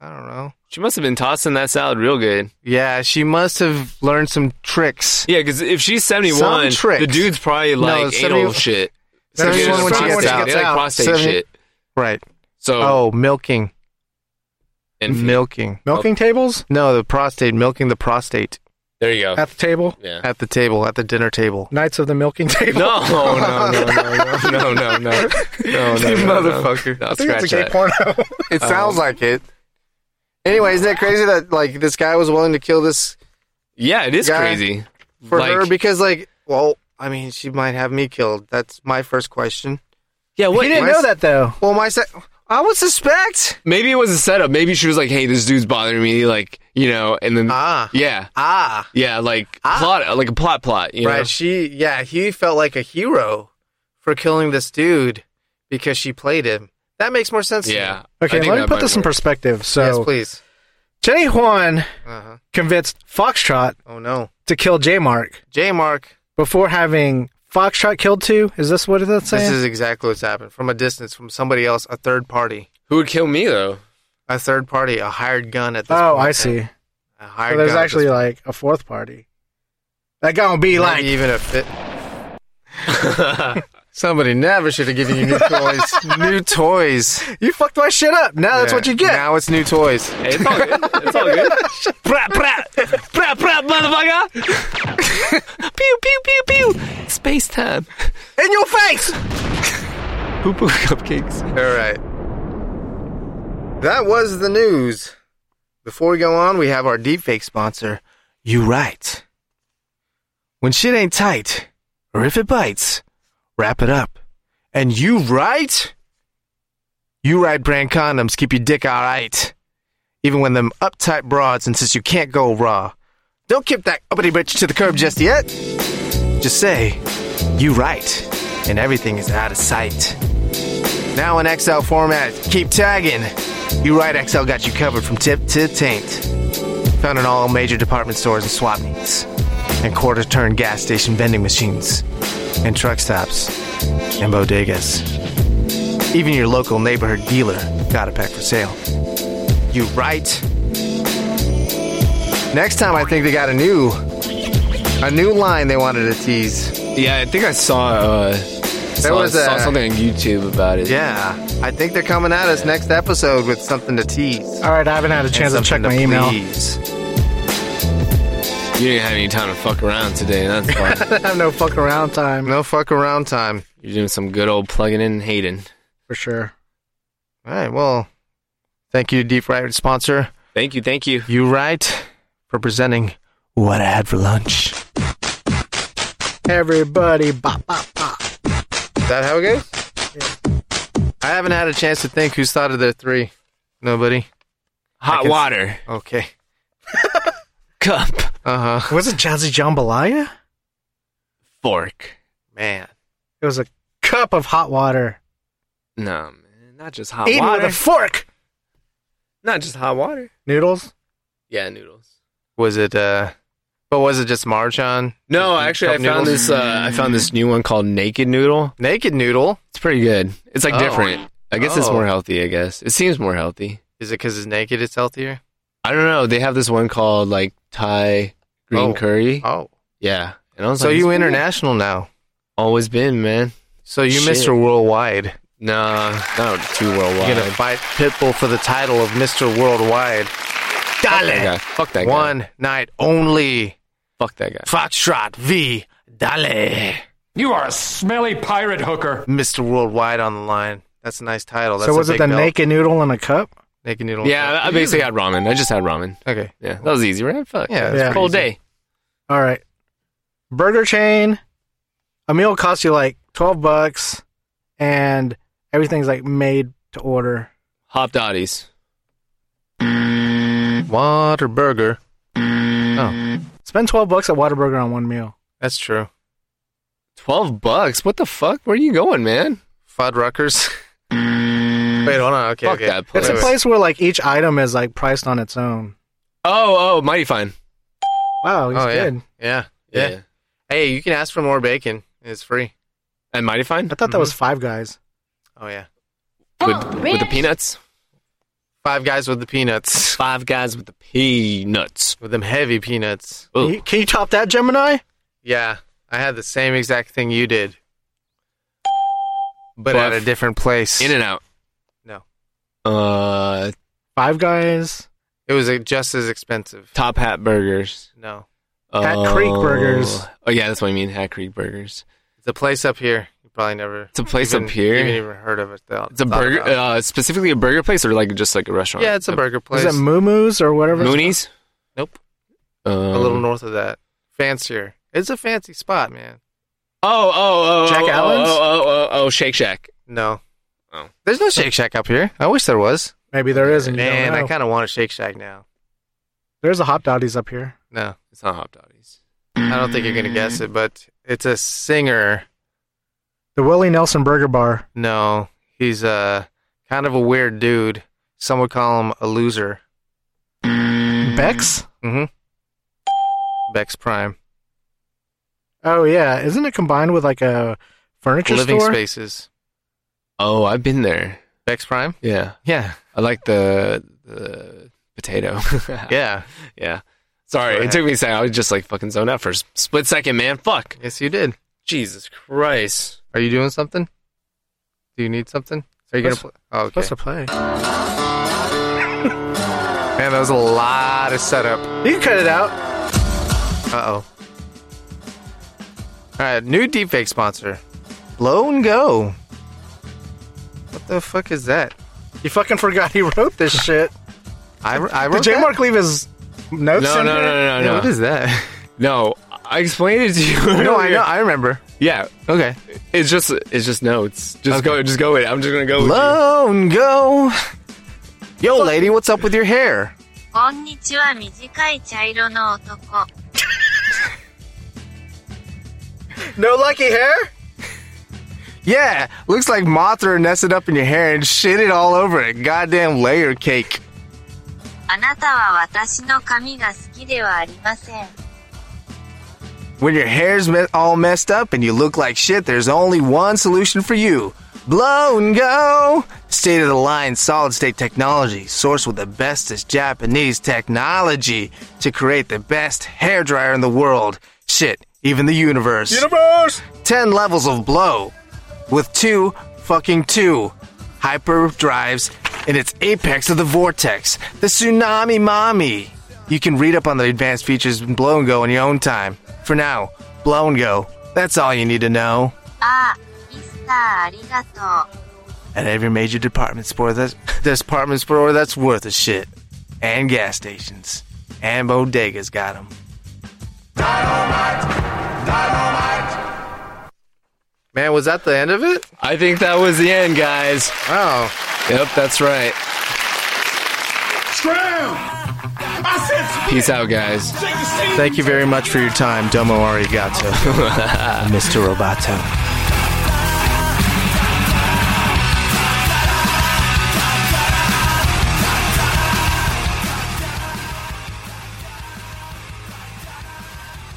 Speaker 1: I don't know.
Speaker 6: She must have been tossing that salad real good.
Speaker 1: Yeah, she must have learned some tricks.
Speaker 6: Yeah, because if she's seventy
Speaker 1: Some
Speaker 6: one,
Speaker 1: tricks.
Speaker 6: the dude's probably like
Speaker 1: it's
Speaker 6: anal
Speaker 1: 71
Speaker 6: shit.
Speaker 1: That's
Speaker 6: Like,
Speaker 1: the one when she
Speaker 6: prostate-
Speaker 1: gets out.
Speaker 6: they like prostate
Speaker 1: 70
Speaker 6: shit.
Speaker 1: Right.
Speaker 6: So
Speaker 1: Oh, milking,
Speaker 6: and
Speaker 1: milking.
Speaker 2: Milking tables
Speaker 1: No, the prostate, milking the prostate
Speaker 6: there you go.
Speaker 2: at the table.
Speaker 6: yeah.
Speaker 1: at the table, at the dinner table.
Speaker 2: Knights of the milking table.
Speaker 6: No, no, no, no, no, no, no, no, no, no, motherfucker! No,
Speaker 2: I think
Speaker 6: scratch
Speaker 2: it's a gay
Speaker 6: that.
Speaker 2: porno.
Speaker 1: It sounds like it. Anyway, isn't it crazy that like this guy was willing to kill this
Speaker 6: Yeah, it is
Speaker 1: guy.
Speaker 6: crazy.
Speaker 1: for
Speaker 6: Like-
Speaker 1: her because like well i mean she might have me killed that's my first question
Speaker 6: Yeah, what?
Speaker 2: he didn't
Speaker 1: my-
Speaker 2: know that though.
Speaker 1: well my se- i would suspect
Speaker 6: Maybe it was a setup. Maybe she was like, "Hey, this dude's bothering me," like you know, and then
Speaker 1: Ah.
Speaker 6: yeah,
Speaker 1: ah
Speaker 6: yeah, like plot, like a plot, plot. You
Speaker 1: right
Speaker 6: know?
Speaker 1: she yeah he felt like a hero for killing this dude because she played him that makes more sense to
Speaker 6: Yeah. I
Speaker 2: Okay,
Speaker 6: think
Speaker 2: let me
Speaker 6: that
Speaker 2: put
Speaker 6: might
Speaker 2: this in
Speaker 6: work.
Speaker 2: perspective. So
Speaker 1: me. yes please
Speaker 2: Jenny Juan
Speaker 1: uh-huh.
Speaker 2: convinced Foxtrot
Speaker 1: oh no
Speaker 2: to kill J Mark
Speaker 1: j mark
Speaker 2: before having Foxtrot killed too. Is this what it's saying?
Speaker 1: this is exactly what's happened from a distance from somebody else a third party
Speaker 6: Who would kill me though?
Speaker 1: a third party a hired gun at this
Speaker 2: oh,
Speaker 1: point.
Speaker 2: I see.
Speaker 1: a
Speaker 2: So
Speaker 1: hired
Speaker 2: there's
Speaker 1: gun at
Speaker 2: actually
Speaker 1: this
Speaker 2: like a fourth party. That gonna be
Speaker 1: point.
Speaker 2: like
Speaker 1: Maybe even a fit Somebody never should have given you new toys. new toys.
Speaker 2: you fucked my shit up. Now that's
Speaker 1: Yeah,
Speaker 2: what you get.
Speaker 1: Now it's new toys.
Speaker 6: Hey, it's all good. It's all good. Brat, brat, brat, brat, motherfucker! pew, pew, pew, pew. Space time.
Speaker 2: In your face.
Speaker 6: Poo poo cupcakes.
Speaker 1: All right. That was the news. Before we go on, we have our deepfake sponsor, You Right. When shit ain't tight, or if it bites, wrap it up. And You Right? You Right brand condoms keep your dick alright. Even when them uptight broads insist you can't go raw. Don't kick that uppity bitch to the curb just yet. Just say, You Right, and everything is out of sight. Now in XL format. Keep tagging. You right, XL got you covered from tip to taint. Found in all major department stores and swap meets. and quarter turn gas station vending machines, and truck stops, and bodegas. Even your local neighborhood dealer got a pack for sale. You right? Next time, I think they got a new, a new line they wanted to tease.
Speaker 6: Yeah, I think I saw. Uh,
Speaker 1: There
Speaker 6: saw,
Speaker 1: was
Speaker 6: saw
Speaker 1: a-
Speaker 6: something on YouTube about it.
Speaker 1: Yeah, I think they're coming at us next episode with something to tease.
Speaker 2: All right, I haven't had a
Speaker 1: And
Speaker 2: chance to check
Speaker 1: something
Speaker 2: my
Speaker 1: to
Speaker 2: email.
Speaker 1: please.
Speaker 6: You didn't have any time to fuck around today. That's why
Speaker 2: I have no fuck around time
Speaker 1: No fuck around time.
Speaker 6: you're doing some good old plugging in and hating.
Speaker 2: for sure.
Speaker 1: All right, well, thank you, Deep Right sponsor.
Speaker 6: Thank you, thank you.
Speaker 1: You right for presenting what I had for lunch.
Speaker 2: Everybody, bop, bop, bop.
Speaker 1: Is that how it goes? I haven't had a chance to think who's thought of their three. Nobody. I
Speaker 6: Hot
Speaker 1: can-
Speaker 6: water
Speaker 2: Oh.
Speaker 1: Okay.
Speaker 6: cup
Speaker 1: Uh huh.
Speaker 2: Was it Jazzy Jambalaya?
Speaker 6: fork.
Speaker 1: Man.
Speaker 2: It was a cup of hot water.
Speaker 6: No, man, not just hot
Speaker 2: Eaten
Speaker 6: water.
Speaker 2: with a fork.
Speaker 6: not just hot water.
Speaker 2: Noodles?
Speaker 6: Yeah, noodles.
Speaker 1: Was it uh? But was it just Marjan?
Speaker 6: No, actually, I
Speaker 1: Cup
Speaker 6: found
Speaker 1: noodles?
Speaker 6: this. Uh, I found this new one called Naked Noodle.
Speaker 1: Naked noodle.
Speaker 6: It's pretty good. It's like
Speaker 1: Oh.
Speaker 6: different. I guess it's
Speaker 1: Oh.
Speaker 6: more healthy. I guess it seems more healthy.
Speaker 1: Is it because it's naked? It's healthier.
Speaker 6: I don't know. They have this one called like Thai green
Speaker 1: Oh.
Speaker 6: curry.
Speaker 1: Oh.
Speaker 6: Yeah, and I was
Speaker 1: So
Speaker 6: like,
Speaker 1: you
Speaker 6: it's
Speaker 1: international now.
Speaker 6: always been man.
Speaker 1: So you
Speaker 6: Shit.
Speaker 1: Mr. Worldwide.
Speaker 6: Nah, not too
Speaker 1: You're
Speaker 6: worldwide.
Speaker 1: gonna fight Pitbull for the title of Mr. Worldwide.
Speaker 6: Fuck that guy. Fuck that guy.
Speaker 1: eh, One night only.
Speaker 6: Fuck that guy.
Speaker 1: Foxtrot v. Dale.
Speaker 17: You are a smelly pirate hooker.
Speaker 1: Mr. Worldwide on the line. That's a nice title. That's
Speaker 2: so
Speaker 1: a
Speaker 2: was it
Speaker 1: big
Speaker 2: the
Speaker 1: belt.
Speaker 2: naked noodle in a cup?
Speaker 1: naked noodle?
Speaker 6: Yeah, I basically had ramen. I just had ramen.
Speaker 1: Okay.
Speaker 6: Yeah, that was easy, right? Fuck
Speaker 1: Yeah,
Speaker 2: that's
Speaker 6: whole
Speaker 1: pretty
Speaker 6: day.
Speaker 2: All right. Burger chain. A meal costs you like 12 bucks and everything's like made to order.
Speaker 6: Hop Dotties.
Speaker 1: Water burger. Oh,
Speaker 2: Spend 12 bucks at Whataburger on one meal.
Speaker 1: that's true.
Speaker 6: Twelve bucks. What the fuck? Where are you going, man?
Speaker 1: Fuddruckers. Wait, hold on. Okay,
Speaker 6: Fuck
Speaker 1: okay.
Speaker 6: that
Speaker 1: Wait,
Speaker 2: It's a
Speaker 1: wait.
Speaker 2: place where like each item is like priced on its own.
Speaker 6: Oh, oh, mighty fine.
Speaker 2: Wow, he's
Speaker 1: Oh yeah.
Speaker 2: good.
Speaker 1: yeah, yeah, Hey, you can ask for more bacon. It's free.
Speaker 6: And mighty fine
Speaker 2: I thought that was
Speaker 1: Mm-hmm.
Speaker 2: Five Guys.
Speaker 1: Oh yeah.
Speaker 6: with, with the peanuts.
Speaker 1: Five guys with the peanuts,
Speaker 6: Five guys with the peanuts.
Speaker 1: with them heavy peanuts.
Speaker 6: Ooh.
Speaker 2: Can you, can you top that, Gemini?
Speaker 1: Yeah, I had the same exact thing you did, but
Speaker 6: Buff.
Speaker 1: at a different place.
Speaker 6: In and out.
Speaker 1: No.
Speaker 6: Uh,
Speaker 2: Five Guys.
Speaker 1: It was uh, just as expensive.
Speaker 6: Top Hat Burgers.
Speaker 1: No,
Speaker 2: Hat Creek Burgers.
Speaker 6: Oh yeah, that's what I mean. Hat Creek Burgers.
Speaker 1: it's a place up here. You probably never.
Speaker 6: It's a place
Speaker 1: even,
Speaker 6: up here.
Speaker 1: You haven't even heard of it. Though.
Speaker 6: It's a burger, uh, specifically a burger place, or like just like a restaurant.
Speaker 1: yeah, it's a burger place.
Speaker 2: Is it Moo Moo's or whatever? it's
Speaker 6: Moonies.
Speaker 1: Nope.
Speaker 6: Um,
Speaker 1: a little north of that. Fancier. It's a fancy spot, man.
Speaker 6: Oh, oh, oh,
Speaker 2: Jack
Speaker 6: oh,
Speaker 2: Allen's?
Speaker 6: Oh, oh, oh, oh, oh, Shake Shack.
Speaker 1: No.
Speaker 6: Oh.
Speaker 1: There's no Shake Shack up here. I wish there was.
Speaker 2: called? Maybe there is. And
Speaker 1: Man, I
Speaker 2: kind
Speaker 1: kind of want a Shake Shack now.
Speaker 2: There's a Hot Dotties up here.
Speaker 1: No,
Speaker 6: It's not Hop Dotties.
Speaker 1: I don't think you're gonna guess it, but it's a singer.
Speaker 2: The Willie Nelson Burger Bar.
Speaker 1: No, he's a kind of a weird dude. Some would call him a loser. Mm.
Speaker 2: Bex?
Speaker 1: Mm-hmm. Bex Prime.
Speaker 2: Oh yeah, isn't it combined with like a furniture
Speaker 1: Living
Speaker 2: store?
Speaker 1: Spaces.
Speaker 6: Oh, I've been there.
Speaker 1: Bex Prime.
Speaker 6: Yeah,
Speaker 1: Yeah.
Speaker 6: I like the the potato.
Speaker 1: Yeah.
Speaker 6: yeah. Sorry,
Speaker 1: Go
Speaker 6: it took me a second. I was just like fucking zoned out for a s- split second, man. Fuck.
Speaker 1: Yes, you did.
Speaker 6: Jesus Christ.
Speaker 1: Are you doing something? Do you need something? Are you gonna? Pl-
Speaker 2: Supposed-
Speaker 1: oh, okay.
Speaker 2: Supposed to play.
Speaker 1: Man, that was a lot of setup.
Speaker 2: You can cut it out.
Speaker 1: Uh oh. All right, new deepfake sponsor, Blow and Go. What the fuck is that?
Speaker 2: You fucking forgot he wrote this shit.
Speaker 1: I, I
Speaker 2: Did
Speaker 1: wrote
Speaker 2: J
Speaker 1: that?
Speaker 2: Mark leave his notes?
Speaker 6: No, no,
Speaker 2: in
Speaker 6: no,
Speaker 2: there?
Speaker 6: no,
Speaker 1: Yeah,
Speaker 6: no,
Speaker 1: What
Speaker 6: no.
Speaker 1: is that?
Speaker 6: No, I explained it to you.
Speaker 1: no, I
Speaker 6: earlier.
Speaker 1: know. I remember.
Speaker 6: Yeah,
Speaker 1: Okay.
Speaker 6: it's just it's just notes. Just go, just go with it. I'm just gonna go. With you.
Speaker 1: Blow and Go. Yo, lady, what's up with your hair?
Speaker 11: こんにちは短い茶色の男
Speaker 2: No lucky hair.
Speaker 1: Yeah, looks like Mothra nested up in your hair and shit it all over it. Goddamn layer cake.
Speaker 11: あなたは私の髪が好きではありません
Speaker 1: When your hair's me- all messed up and you look like shit, there's only one solution for you. Blow and go! State of the line solid state technology, sourced with the bestest Japanese technology to create the best hair dryer in the world. Shit, even the universe.
Speaker 2: Universe!
Speaker 1: 10 levels of blow with two fucking two hyper drives in its apex of the vortex, the tsunami mommy. You can read up on the advanced features in Blow and Go in your own time. For now, Blow and Go. That's all you need to know.
Speaker 11: あ、ミスターありがとう。
Speaker 1: At every major department store, that's department store that's worth a shit, and gas stations, and bodegas got them. Man, was that the end of it?
Speaker 3: I think that was the end, guys.
Speaker 1: Wow.
Speaker 3: Yep, that's right.
Speaker 14: Scram! I said
Speaker 3: Peace out, guys.
Speaker 1: Thank you very much for your time, Domo Arigato, Mr. Roboto.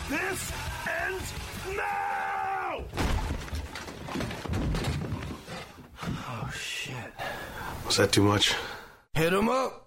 Speaker 14: This ends now!
Speaker 18: Oh, shit.
Speaker 19: Was that too much?
Speaker 18: Hit him up.